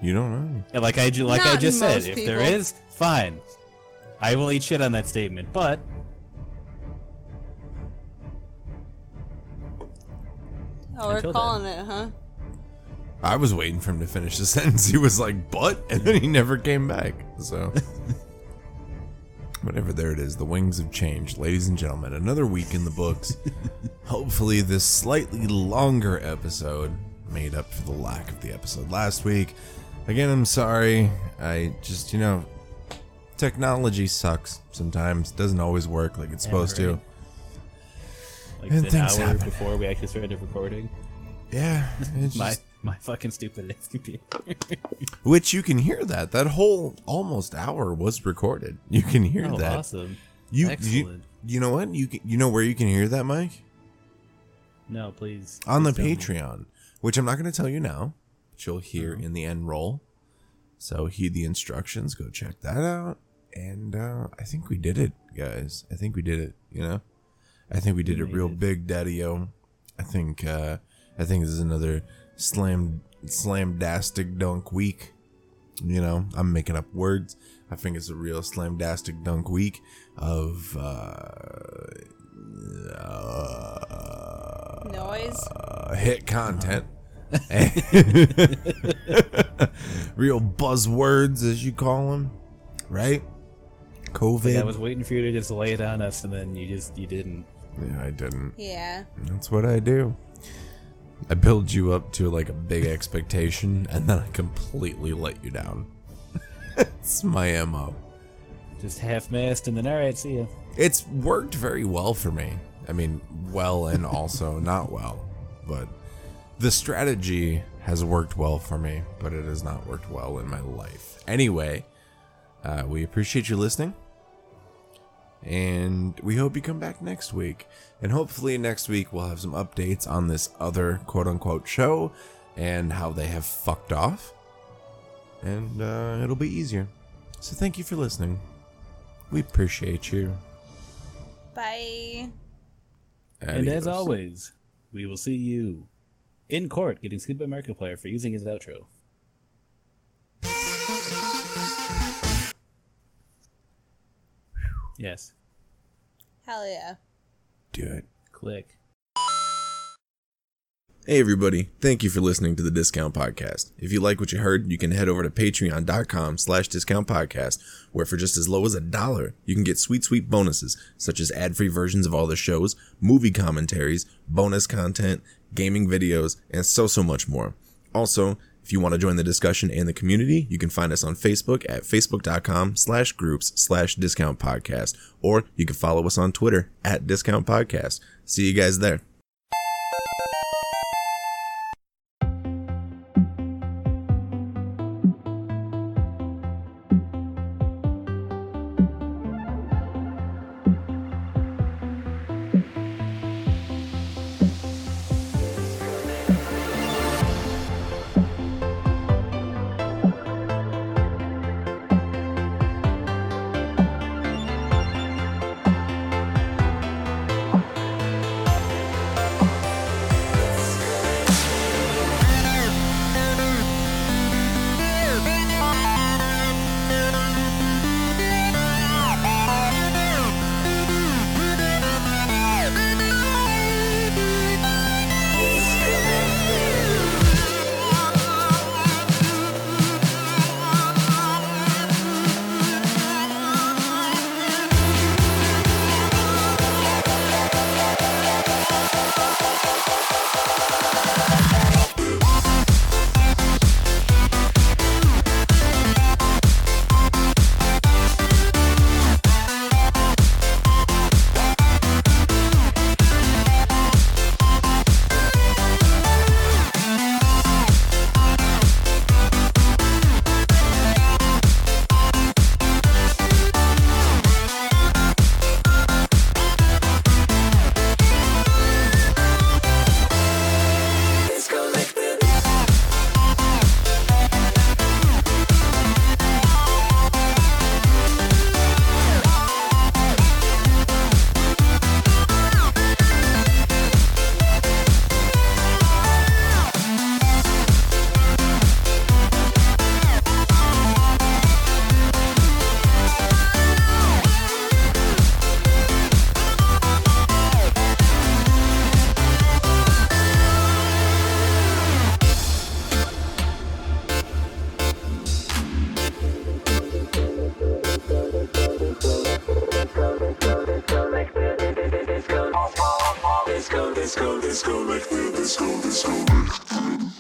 S1: You don't know.
S2: And like I ju- like
S1: Not
S2: I just
S1: in
S2: said,
S1: most
S2: if there
S1: people.
S2: is, fine. I will eat shit on that statement, but
S3: Oh, we're
S2: Until then.
S3: calling it, huh?
S1: I was waiting for him to finish the sentence. He was like, but, and then he never came back. So, whatever, there it is. The wings have changed. Ladies and gentlemen, another week in the books. Hopefully, this slightly longer episode made up for the lack of the episode last week. Again, I'm sorry. I just, you know, technology sucks sometimes. Doesn't always work like it's
S2: Yeah,
S1: supposed
S2: right.
S1: to.
S2: like
S1: And
S2: an hour
S1: things happen.
S2: before we actually started recording.
S1: Yeah, it's
S2: my
S1: just-
S2: my fucking stupid ass computer.
S1: Which you can hear that. That whole almost hour was recorded. You can hear
S2: Oh,
S1: that.
S2: awesome.
S1: You, you
S2: Excellent.
S1: you know what? You can, you know where you can hear that, Mike?
S2: no, please.
S1: On the
S2: please tell me.
S1: Patreon, which I'm not going to tell you now, but you'll hear in the end roll. So heed the instructions. Go check that out. And uh, I think we did it, guys. I think we did it. You know, I think we did it real big, Daddy-O. I think uh, I think this is another slam slamdastic dunk week. You know, I'm making up words. I think it's a real slamdastic dunk week of uh, uh,
S3: Noise.
S1: uh, hit content. Real buzzwords, as you call them, right? COVID.
S2: Like, I was waiting for you to just lay it on us, and then you just you didn't.
S1: Yeah, I didn't.
S3: Yeah.
S1: That's what I do. I build you up to like a big expectation, and then I completely let you down. it's my mo.
S2: Just half mast, and then all right, see ya.
S1: It's worked very well for me. I mean, well and also not well, but the strategy has worked well for me, but it has not worked well in my life. Anyway, uh, we appreciate you listening, and we hope you come back next week. And hopefully, next week we'll have some updates on this other quote unquote show and how they have fucked off, and uh, it'll be easier. So, thank you for listening. We appreciate you.
S3: Bye.
S2: And as
S1: Adios.
S2: always, we will see you in court getting sued by Markiplier for using his outro. Yes.
S3: Hell yeah.
S1: Do it.
S2: Click.
S1: Hey, everybody. Thank you for listening to the Discount Podcast. If you like what you heard, you can head over to patreon.com slash discount podcast, where for just as low as a dollar, you can get sweet, sweet bonuses, such as ad-free versions of all the shows, movie commentaries, bonus content, gaming videos, and so, so much more. Also, if you want to join the discussion and the community, you can find us on Facebook at facebook.com slash groups slash discount podcast, or you can follow us on Twitter at discount podcast. See you guys there.
S8: disco, disco, make me disco, disco.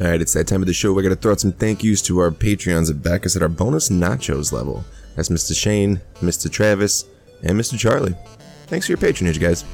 S1: All right, it's that time of the show. We're going to throw out some thank yous to our Patreons at back us at our bonus nachos level. That's Mr. Shane, Mr. Travis, and Mr. Charlie. Thanks for your patronage, guys.